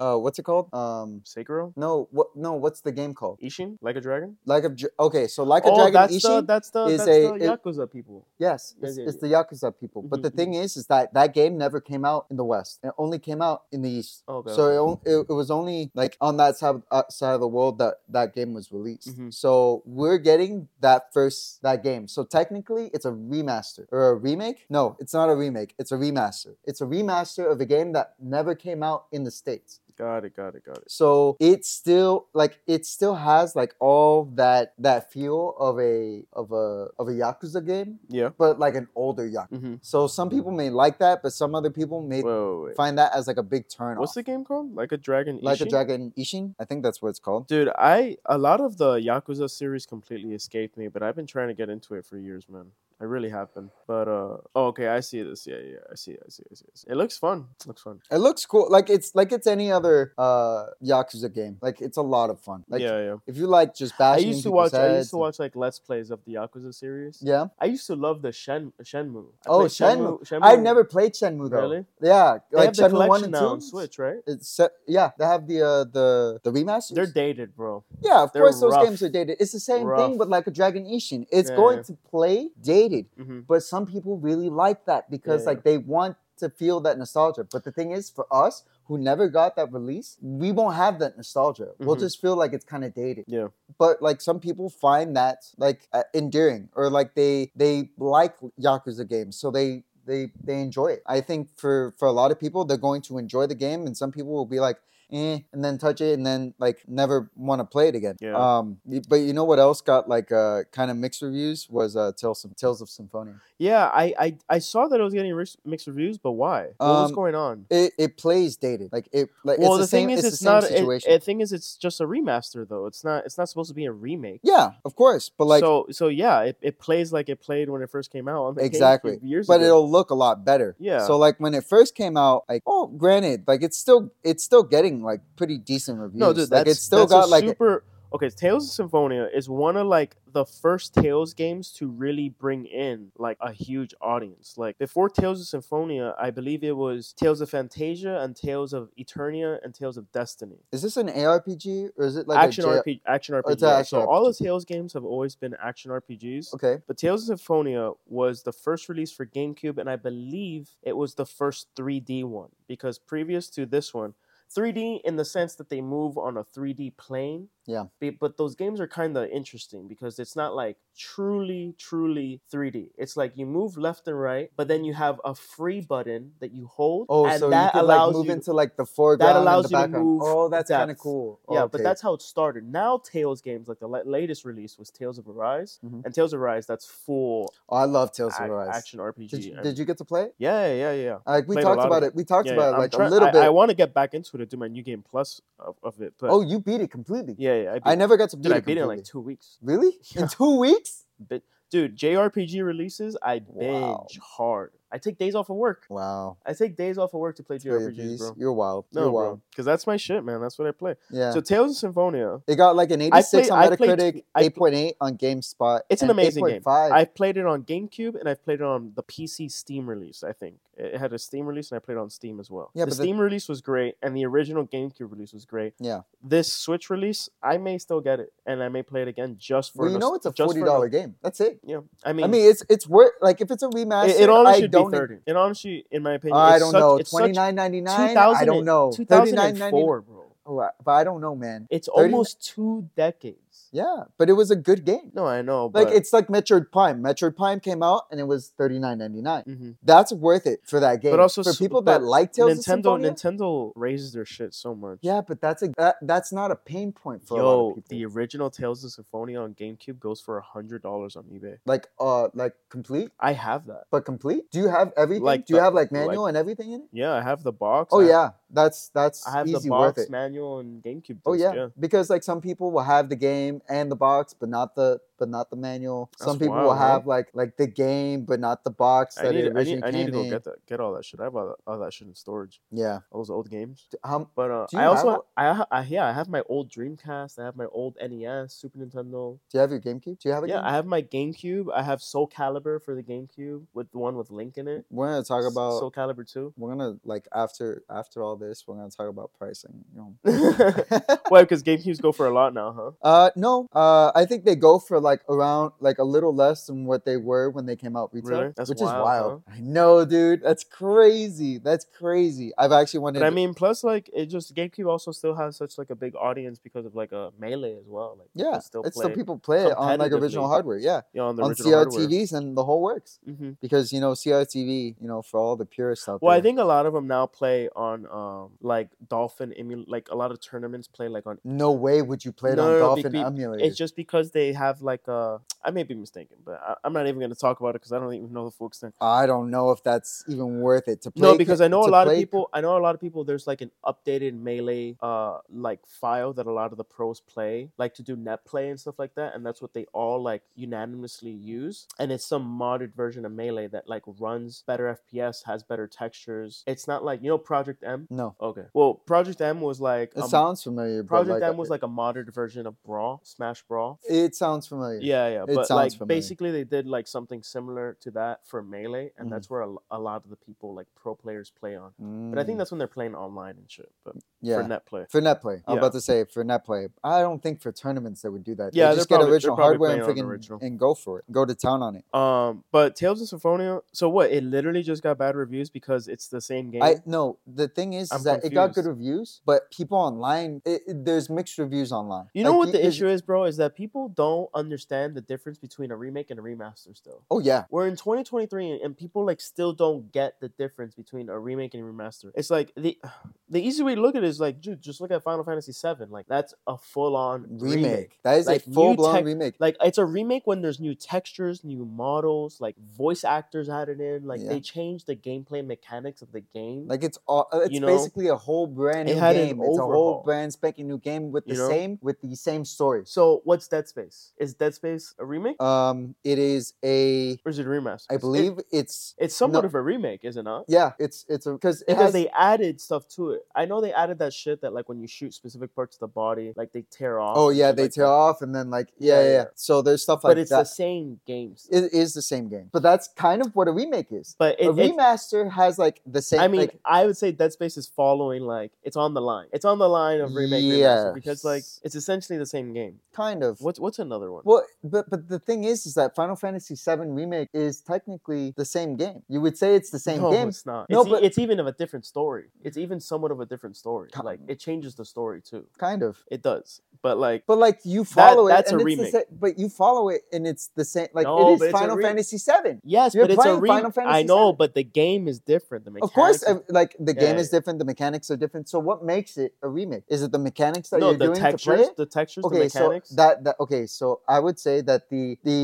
[SPEAKER 2] Uh. What's it called? Um.
[SPEAKER 1] Sekiro.
[SPEAKER 2] No. What? No. What's the game called?
[SPEAKER 1] Ishin, Like a Dragon.
[SPEAKER 2] Like a. Dr- Okay. So like a
[SPEAKER 1] oh,
[SPEAKER 2] dragon.
[SPEAKER 1] that's the
[SPEAKER 2] Ishin?
[SPEAKER 1] that's the
[SPEAKER 2] is
[SPEAKER 1] that's
[SPEAKER 2] a-
[SPEAKER 1] the
[SPEAKER 2] it-
[SPEAKER 1] Yakuza people.
[SPEAKER 2] yes.
[SPEAKER 1] Yeah,
[SPEAKER 2] It's,
[SPEAKER 1] yeah,
[SPEAKER 2] it's the Yakuza people. But
[SPEAKER 1] Mhm,
[SPEAKER 2] the thing is, is that that game never came out in the West. It only came out in the East.
[SPEAKER 1] Okay,
[SPEAKER 2] So
[SPEAKER 1] okay.
[SPEAKER 2] it, on- it, it was only like on that side uh, side of the world that that game was released.
[SPEAKER 1] Mhm.
[SPEAKER 2] So we're getting that first that game. So technically, it's a remaster or a remake. No, it's not a remake. It's a remaster. It's a remaster of a game that never came out in the states.
[SPEAKER 1] Got it, got it, got it.
[SPEAKER 2] So it still like it still has like all that that feel of a of a of a yakuza game,
[SPEAKER 1] Yeah.
[SPEAKER 2] but like an older yakuza.
[SPEAKER 1] Mm-hmm.
[SPEAKER 2] So some people may like that, but some other people may
[SPEAKER 1] Whoa, whoa, wait.
[SPEAKER 2] find that as like a big turn
[SPEAKER 1] What's
[SPEAKER 2] off.
[SPEAKER 1] the game called? Like a Dragon.
[SPEAKER 2] Like a
[SPEAKER 1] Ishin?
[SPEAKER 2] dragon ishin, I think that's what it's called.
[SPEAKER 1] Dude, I a lot of the Yakuza series completely escaped me, but I've been trying to get into it for years, man. I really have been. But uh oh, okay, I see this. Yeah, yeah, I see, I see, I see. I see. It looks fun. It looks fun.
[SPEAKER 2] It looks cool. Like it's like it's any other uh yakuza game. Like it's a lot of fun. Like
[SPEAKER 1] yeah, yeah.
[SPEAKER 2] if you like just
[SPEAKER 1] I
[SPEAKER 2] bashing, in
[SPEAKER 1] used to
[SPEAKER 2] people's
[SPEAKER 1] watch I
[SPEAKER 2] heads
[SPEAKER 1] used to
[SPEAKER 2] and-
[SPEAKER 1] watch like let's plays of the Yakuza series.
[SPEAKER 2] Yeah,
[SPEAKER 1] I used to love the Shen Shenmue. I
[SPEAKER 2] Oh,
[SPEAKER 1] played
[SPEAKER 2] Shenmue.
[SPEAKER 1] Shenmue.
[SPEAKER 2] I never played Shenmue though.
[SPEAKER 1] Really?
[SPEAKER 2] Yeah,
[SPEAKER 1] they
[SPEAKER 2] like
[SPEAKER 1] have the
[SPEAKER 2] Shenmue one
[SPEAKER 1] collection
[SPEAKER 2] and two.
[SPEAKER 1] now on Switch, right?
[SPEAKER 2] It's se- yeah, they have the uh, the the remasters.
[SPEAKER 1] They're dated, bro.
[SPEAKER 2] yeah, of
[SPEAKER 1] they're
[SPEAKER 2] course those
[SPEAKER 1] rough.
[SPEAKER 2] games are dated. It's the same
[SPEAKER 1] Rough.
[SPEAKER 2] thing with like a Dragon Ishin. It's
[SPEAKER 1] Yeah,
[SPEAKER 2] going
[SPEAKER 1] yeah.
[SPEAKER 2] to play dated,
[SPEAKER 1] Mhm.
[SPEAKER 2] but some people really like that because
[SPEAKER 1] Yeah,
[SPEAKER 2] like they want to feel that nostalgia. But the thing is, for us who never got that release, we won't have that nostalgia. We'll
[SPEAKER 1] Mhm.
[SPEAKER 2] just feel like it's kind of dated.
[SPEAKER 1] Yeah.
[SPEAKER 2] But like some people find that like uh, endearing or like they they like Yakuza games, so they. They, they enjoy it. I think for for a lot of people, they're going to enjoy the game, and some people will be like, eh, and then touch it and then like never want to play it again.
[SPEAKER 1] Yeah.
[SPEAKER 2] Um, y- but you know what else got like uh kind of mixed reviews was uh Tales of Tales of Symphonia.
[SPEAKER 1] Yeah, I I, I saw that it was getting re- mixed reviews, but why? What was
[SPEAKER 2] Um,
[SPEAKER 1] going on?
[SPEAKER 2] It, it plays dated like it like
[SPEAKER 1] well,
[SPEAKER 2] it's
[SPEAKER 1] the,
[SPEAKER 2] the, same,
[SPEAKER 1] thing is,
[SPEAKER 2] it's,
[SPEAKER 1] it's,
[SPEAKER 2] the same
[SPEAKER 1] not. It,
[SPEAKER 2] situation.
[SPEAKER 1] the thing is, it's just a remaster, though. It's not. It's not supposed to be a remake.
[SPEAKER 2] yeah, of course, but like
[SPEAKER 1] so, so yeah, it, it plays like it played when it first came out. On the GameCube
[SPEAKER 2] Exactly.
[SPEAKER 1] Years
[SPEAKER 2] but
[SPEAKER 1] ago.
[SPEAKER 2] it'll look a lot better.
[SPEAKER 1] Yeah.
[SPEAKER 2] So like when it first came out, like oh, granted, like it's still it's still getting like pretty decent reviews.
[SPEAKER 1] no, dude,
[SPEAKER 2] like
[SPEAKER 1] that's
[SPEAKER 2] it's still
[SPEAKER 1] that's
[SPEAKER 2] got
[SPEAKER 1] a
[SPEAKER 2] like
[SPEAKER 1] super. okay, Tales of Symphonia is one of like the first Tales games to really bring in like a huge audience. Like before Tales of Symphonia, I believe it was Tales of Fantasia and Tales of Eternia and Tales of Destiny.
[SPEAKER 2] Is this an ARPG or is it like
[SPEAKER 1] action
[SPEAKER 2] a J-
[SPEAKER 1] RPG, action RPG.
[SPEAKER 2] it's a action
[SPEAKER 1] so all the
[SPEAKER 2] RPG.
[SPEAKER 1] Tales games have always been action RPGs.
[SPEAKER 2] Okay.
[SPEAKER 1] But Tales of Symphonia was the first release for GameCube, and I believe it was the first 3D one because previous to this one, 3D in the sense that they move on a 3D plane.
[SPEAKER 2] Yeah.
[SPEAKER 1] Be- But those games are kind of interesting because it's not like truly, truly 3D. It's like you move left and right, but then you have a free button that you hold,
[SPEAKER 2] Oh,
[SPEAKER 1] and
[SPEAKER 2] so
[SPEAKER 1] that
[SPEAKER 2] you could
[SPEAKER 1] allows
[SPEAKER 2] like move
[SPEAKER 1] you.
[SPEAKER 2] into like the foreground
[SPEAKER 1] allows
[SPEAKER 2] and
[SPEAKER 1] you
[SPEAKER 2] the
[SPEAKER 1] to
[SPEAKER 2] background.
[SPEAKER 1] move
[SPEAKER 2] oh, that's kind of
[SPEAKER 1] depth.
[SPEAKER 2] cool.
[SPEAKER 1] yeah, but
[SPEAKER 2] Okay.
[SPEAKER 1] that's how it started. Now Tales games, like the la- latest release was Tales of Arise,
[SPEAKER 2] Mhm.
[SPEAKER 1] and Tales of Arise, that's full
[SPEAKER 2] Oh, I love Tales
[SPEAKER 1] ac-
[SPEAKER 2] of Arise.
[SPEAKER 1] action RPG.
[SPEAKER 2] Did you,
[SPEAKER 1] I mean-
[SPEAKER 2] did you get to play? it?
[SPEAKER 1] yeah, yeah, yeah.
[SPEAKER 2] Like we
[SPEAKER 1] Played a
[SPEAKER 2] talked
[SPEAKER 1] lot of
[SPEAKER 2] about
[SPEAKER 1] it.
[SPEAKER 2] it. We talked
[SPEAKER 1] Yeah,
[SPEAKER 2] about
[SPEAKER 1] yeah,
[SPEAKER 2] it
[SPEAKER 1] I'm
[SPEAKER 2] like
[SPEAKER 1] try-
[SPEAKER 2] a little
[SPEAKER 1] I-
[SPEAKER 2] bit.
[SPEAKER 1] I want to get back into it and do my new game plus of, of it. But
[SPEAKER 2] oh, you beat it completely.
[SPEAKER 1] yeah, yeah. I beat,
[SPEAKER 2] I never got to beat
[SPEAKER 1] dude,
[SPEAKER 2] it.
[SPEAKER 1] I beat it in like
[SPEAKER 2] completely.
[SPEAKER 1] two weeks.
[SPEAKER 2] Really?
[SPEAKER 1] Yeah.
[SPEAKER 2] In two weeks?
[SPEAKER 1] But dude, JRPG releases, I binge
[SPEAKER 2] Wow.
[SPEAKER 1] hard. I take days off of work.
[SPEAKER 2] Wow.
[SPEAKER 1] I take days off of work to play
[SPEAKER 2] Play your
[SPEAKER 1] JRPGs,
[SPEAKER 2] piece.
[SPEAKER 1] bro.
[SPEAKER 2] You're wild.
[SPEAKER 1] No,
[SPEAKER 2] You're
[SPEAKER 1] bro,
[SPEAKER 2] wild.
[SPEAKER 1] because that's my shit, man. That's what I play.
[SPEAKER 2] Yeah.
[SPEAKER 1] So Tales of Symphonia,
[SPEAKER 2] it got like an
[SPEAKER 1] I
[SPEAKER 2] 86
[SPEAKER 1] played- I
[SPEAKER 2] on
[SPEAKER 1] played-
[SPEAKER 2] Metacritic,
[SPEAKER 1] I-
[SPEAKER 2] 8.8 on GameSpot.
[SPEAKER 1] It's an
[SPEAKER 2] and
[SPEAKER 1] amazing game.
[SPEAKER 2] 8.5.
[SPEAKER 1] I played it on GameCube and I played it on the PC Steam release. I think it it had a Steam release and I played it on Steam as well.
[SPEAKER 2] Yeah,
[SPEAKER 1] the
[SPEAKER 2] but the-
[SPEAKER 1] Steam release was great and the original GameCube release was great.
[SPEAKER 2] Yeah.
[SPEAKER 1] This Switch release, I may still get it and I may play it again just for.
[SPEAKER 2] well, you
[SPEAKER 1] nos-
[SPEAKER 2] know it's a
[SPEAKER 1] just for
[SPEAKER 2] forty
[SPEAKER 1] nos-
[SPEAKER 2] dollar game. That's it.
[SPEAKER 1] Yeah, I mean,
[SPEAKER 2] I mean, it's it's worth like if it's a remaster,
[SPEAKER 1] it, it honestly
[SPEAKER 2] I
[SPEAKER 1] should be
[SPEAKER 2] don't.
[SPEAKER 1] thirty. It honestly, in my opinion,
[SPEAKER 2] I
[SPEAKER 1] it's
[SPEAKER 2] don't
[SPEAKER 1] such-
[SPEAKER 2] know.
[SPEAKER 1] It's
[SPEAKER 2] Twenty nine ninety
[SPEAKER 1] such
[SPEAKER 2] nine. I don't know.
[SPEAKER 1] Two
[SPEAKER 2] Thirty
[SPEAKER 1] thousand
[SPEAKER 2] Oh, nine
[SPEAKER 1] and
[SPEAKER 2] ninety nine.
[SPEAKER 1] four, bro.
[SPEAKER 2] Oh, but I don't know, man.
[SPEAKER 1] It's
[SPEAKER 2] 39
[SPEAKER 1] almost two decades.
[SPEAKER 2] Yeah, but it was a good game.
[SPEAKER 1] No, I know, but
[SPEAKER 2] Like it's like Metroid Prime. Metroid Prime came out and it was thirty nine ninety nine.
[SPEAKER 1] Mhm.
[SPEAKER 2] That's worth it for that game.
[SPEAKER 1] also
[SPEAKER 2] for
[SPEAKER 1] s-
[SPEAKER 2] people
[SPEAKER 1] but
[SPEAKER 2] that like Tales of
[SPEAKER 1] Nintendo.
[SPEAKER 2] Symphonia,
[SPEAKER 1] Nintendo raises their shit so much.
[SPEAKER 2] yeah, but that's a that, that's not a pain point for a lot of
[SPEAKER 1] Yo,
[SPEAKER 2] people.
[SPEAKER 1] the original Tales of Symphonia on GameCube goes for a hundred dollars on eBay.
[SPEAKER 2] like uh like complete
[SPEAKER 1] I have that.
[SPEAKER 2] but complete do you have everything
[SPEAKER 1] Like
[SPEAKER 2] do you
[SPEAKER 1] the-
[SPEAKER 2] have like
[SPEAKER 1] like-
[SPEAKER 2] manual and everything in it
[SPEAKER 1] Yeah, I have the box.
[SPEAKER 2] oh
[SPEAKER 1] I-
[SPEAKER 2] yeah that's that's
[SPEAKER 1] I have
[SPEAKER 2] easy
[SPEAKER 1] the box,
[SPEAKER 2] worth it
[SPEAKER 1] manual, and GameCube.
[SPEAKER 2] oh
[SPEAKER 1] disc,
[SPEAKER 2] yeah. because like some people will have the game and the box but not the but not the manual some
[SPEAKER 1] That's
[SPEAKER 2] people will
[SPEAKER 1] wild, huh?
[SPEAKER 2] have like like the game but not the box
[SPEAKER 1] I
[SPEAKER 2] that
[SPEAKER 1] need,
[SPEAKER 2] it
[SPEAKER 1] I need,
[SPEAKER 2] originally
[SPEAKER 1] I need to
[SPEAKER 2] came
[SPEAKER 1] go
[SPEAKER 2] in
[SPEAKER 1] get that, get all that shit. I have all that, all that shit in storage.
[SPEAKER 2] yeah
[SPEAKER 1] All those old games.
[SPEAKER 2] D- how
[SPEAKER 1] But uh,
[SPEAKER 2] Do you
[SPEAKER 1] I
[SPEAKER 2] have
[SPEAKER 1] also, I, ha- I, yeah, I have my old Dreamcast. I have my old NES, Super Nintendo.
[SPEAKER 2] do you have your gamecube do you have a
[SPEAKER 1] Yeah,
[SPEAKER 2] game
[SPEAKER 1] I have my GameCube. I have Soul Calibur for the GameCube with the one with Link in it.
[SPEAKER 2] we're gonna talk
[SPEAKER 1] S-
[SPEAKER 2] about
[SPEAKER 1] Soul Calibur Two.
[SPEAKER 2] we're gonna like after after all this we're gonna talk about pricing you know
[SPEAKER 1] Why? Because GameCubes go for a lot now, huh?
[SPEAKER 2] Uh no, uh I think they go for like around like a little less than what they were when they came out retail,
[SPEAKER 1] Really? That's
[SPEAKER 2] which is
[SPEAKER 1] wild,
[SPEAKER 2] wild. I know, dude. That's crazy. That's crazy. I've actually wanted.
[SPEAKER 1] But I mean, plus like it just GameCube also still has such like a big audience because of like a melee as well. Like people
[SPEAKER 2] yeah,
[SPEAKER 1] still
[SPEAKER 2] it's
[SPEAKER 1] play
[SPEAKER 2] still people play it on like original
[SPEAKER 1] competitively.
[SPEAKER 2] hardware. Yeah,
[SPEAKER 1] you know, on the
[SPEAKER 2] on
[SPEAKER 1] original hardware.
[SPEAKER 2] CRTVs and the whole works
[SPEAKER 1] hmm
[SPEAKER 2] because you know CRTV, you know, for all the purists out
[SPEAKER 1] Well, I
[SPEAKER 2] there.
[SPEAKER 1] think a lot of them now play on um like Dolphin emu like a lot of tournaments play like on.
[SPEAKER 2] no way would you play it
[SPEAKER 1] No,
[SPEAKER 2] on
[SPEAKER 1] no, no,
[SPEAKER 2] Dolphin
[SPEAKER 1] be- be-
[SPEAKER 2] emulator.
[SPEAKER 1] It's just because they have like uh I may be mistaken, but I, I'm not even going to talk about it because I don't even know the full extent.
[SPEAKER 2] I don't know if that's even worth it to play.
[SPEAKER 1] No, because I know a
[SPEAKER 2] to
[SPEAKER 1] lot of
[SPEAKER 2] play-
[SPEAKER 1] people. I know a lot of people. There's like an updated melee, uh, like file that a lot of the pros play, like to do net play and stuff like that, and that's what they all like unanimously use. And it's some modded version of melee that like runs better FPS, has better textures. It's not like you know Project M.
[SPEAKER 2] No,
[SPEAKER 1] Okay, well Project M was like
[SPEAKER 2] it
[SPEAKER 1] a-
[SPEAKER 2] sounds familiar. but,
[SPEAKER 1] um, Project
[SPEAKER 2] like, uh,
[SPEAKER 1] M was like a modded version of Brawl, Smash Brawl.
[SPEAKER 2] It sounds familiar.
[SPEAKER 1] Yeah, yeah,
[SPEAKER 2] It
[SPEAKER 1] but
[SPEAKER 2] sounds
[SPEAKER 1] like
[SPEAKER 2] familiar.
[SPEAKER 1] basically they did like something similar to that for melee, and
[SPEAKER 2] Mhm.
[SPEAKER 1] that's where a, l- a lot of the people like pro players play on. But I
[SPEAKER 2] Mm,
[SPEAKER 1] think that's when they're playing online and shit. But
[SPEAKER 2] yeah.
[SPEAKER 1] for net play,
[SPEAKER 2] For net play, I'm
[SPEAKER 1] Yeah.
[SPEAKER 2] about to say for net play. I don't think for tournaments they would do that.
[SPEAKER 1] Yeah,
[SPEAKER 2] they
[SPEAKER 1] they're
[SPEAKER 2] just get
[SPEAKER 1] probably- they're
[SPEAKER 2] original
[SPEAKER 1] probably
[SPEAKER 2] hardware and
[SPEAKER 1] playing on
[SPEAKER 2] freaking
[SPEAKER 1] original.
[SPEAKER 2] and go for it. Go to town on it.
[SPEAKER 1] um, but Tales of Symphonia. So what? It literally just got bad reviews because it's the same game.
[SPEAKER 2] I no. The thing is,
[SPEAKER 1] I'm
[SPEAKER 2] is that it got good
[SPEAKER 1] confused.
[SPEAKER 2] reviews, but people online, it, it- there's mixed reviews online.
[SPEAKER 1] you know
[SPEAKER 2] Like,
[SPEAKER 1] what the
[SPEAKER 2] there's-
[SPEAKER 1] issue is, bro? Is that people don't understand the difference between a remake and a remaster. Still,
[SPEAKER 2] Oh yeah,
[SPEAKER 1] we're in 2023, and- and people like still don't get the difference between a remake and a remaster. It's like the the easy way to look at it is like, dude, just look at Final Fantasy VII. Like that's a full on
[SPEAKER 2] remake.
[SPEAKER 1] remake.
[SPEAKER 2] That is
[SPEAKER 1] Like,
[SPEAKER 2] a
[SPEAKER 1] new
[SPEAKER 2] full blown
[SPEAKER 1] tech-
[SPEAKER 2] remake.
[SPEAKER 1] Like it's a remake when there's new textures, new models, like voice actors added in. Like
[SPEAKER 2] Yeah.
[SPEAKER 1] they changed the gameplay mechanics of the game.
[SPEAKER 2] Like it's all. uh, It's
[SPEAKER 1] you know,
[SPEAKER 2] basically a whole brand
[SPEAKER 1] it
[SPEAKER 2] new
[SPEAKER 1] had an
[SPEAKER 2] game. It's a whole
[SPEAKER 1] overhaul.
[SPEAKER 2] brand spanking new game with the
[SPEAKER 1] You know?
[SPEAKER 2] same with the same stories.
[SPEAKER 1] so what's Dead Space? Is Dead Space a remake
[SPEAKER 2] Um, it is a.
[SPEAKER 1] or is it a remaster?
[SPEAKER 2] I
[SPEAKER 1] It's- it-
[SPEAKER 2] believe it's.
[SPEAKER 1] it's somewhat
[SPEAKER 2] no.
[SPEAKER 1] of a remake, is it not?
[SPEAKER 2] Yeah, it's it's a because it
[SPEAKER 1] Because
[SPEAKER 2] has
[SPEAKER 1] they added stuff to it. I know they added had that shit that like when you shoot specific parts of the body, like they tear off.
[SPEAKER 2] Oh
[SPEAKER 1] and
[SPEAKER 2] yeah,
[SPEAKER 1] shit
[SPEAKER 2] they
[SPEAKER 1] like
[SPEAKER 2] tear
[SPEAKER 1] that.
[SPEAKER 2] off and then like yeah,
[SPEAKER 1] Yeah,
[SPEAKER 2] yeah.
[SPEAKER 1] yeah.
[SPEAKER 2] So there's stuff like
[SPEAKER 1] But it's the
[SPEAKER 2] that.
[SPEAKER 1] same games.
[SPEAKER 2] It is the same game, but that's kind of what a remake is.
[SPEAKER 1] But
[SPEAKER 2] a
[SPEAKER 1] it, it,
[SPEAKER 2] remaster has like the same.
[SPEAKER 1] I mean,
[SPEAKER 2] like,
[SPEAKER 1] I would say Dead Space is following like it's on the line. It's on the line of remake remaster because like
[SPEAKER 2] Yes.
[SPEAKER 1] it's essentially the same game.
[SPEAKER 2] kind of.
[SPEAKER 1] What's what's another one?
[SPEAKER 2] Well, but but the thing is, is that Final Fantasy VII remake is technically the same game. You would say it's the same
[SPEAKER 1] no,
[SPEAKER 2] game.
[SPEAKER 1] it's not.
[SPEAKER 2] No,
[SPEAKER 1] it's, e-
[SPEAKER 2] but- Mm-hmm.
[SPEAKER 1] it's even of a different story. It's even somewhat of a different story.
[SPEAKER 2] Ca-
[SPEAKER 1] Like it changes the story too.
[SPEAKER 2] kind of.
[SPEAKER 1] It does, but like
[SPEAKER 2] But like you follow it,
[SPEAKER 1] that's
[SPEAKER 2] and
[SPEAKER 1] a
[SPEAKER 2] it's the
[SPEAKER 1] remake.
[SPEAKER 2] sa- but you follow it, and it's the same. Like
[SPEAKER 1] No,
[SPEAKER 2] it
[SPEAKER 1] but
[SPEAKER 2] is
[SPEAKER 1] it's a
[SPEAKER 2] Final
[SPEAKER 1] re-
[SPEAKER 2] Fantasy VII.
[SPEAKER 1] yes,
[SPEAKER 2] You're
[SPEAKER 1] but it's a
[SPEAKER 2] playing
[SPEAKER 1] re-
[SPEAKER 2] Final Fantasy
[SPEAKER 1] I know,
[SPEAKER 2] VII.
[SPEAKER 1] but the game is different. The
[SPEAKER 2] Of course,
[SPEAKER 1] mechanics
[SPEAKER 2] uh, like the
[SPEAKER 1] Yeah,
[SPEAKER 2] game
[SPEAKER 1] yeah,
[SPEAKER 2] is different, the mechanics are different. So what makes it a remake? Is it the mechanics that
[SPEAKER 1] no,
[SPEAKER 2] you're
[SPEAKER 1] the
[SPEAKER 2] doing to play
[SPEAKER 1] textures,
[SPEAKER 2] it?
[SPEAKER 1] the textures, the
[SPEAKER 2] Okay, so
[SPEAKER 1] mechanics.
[SPEAKER 2] that, that okay, so I would say that the the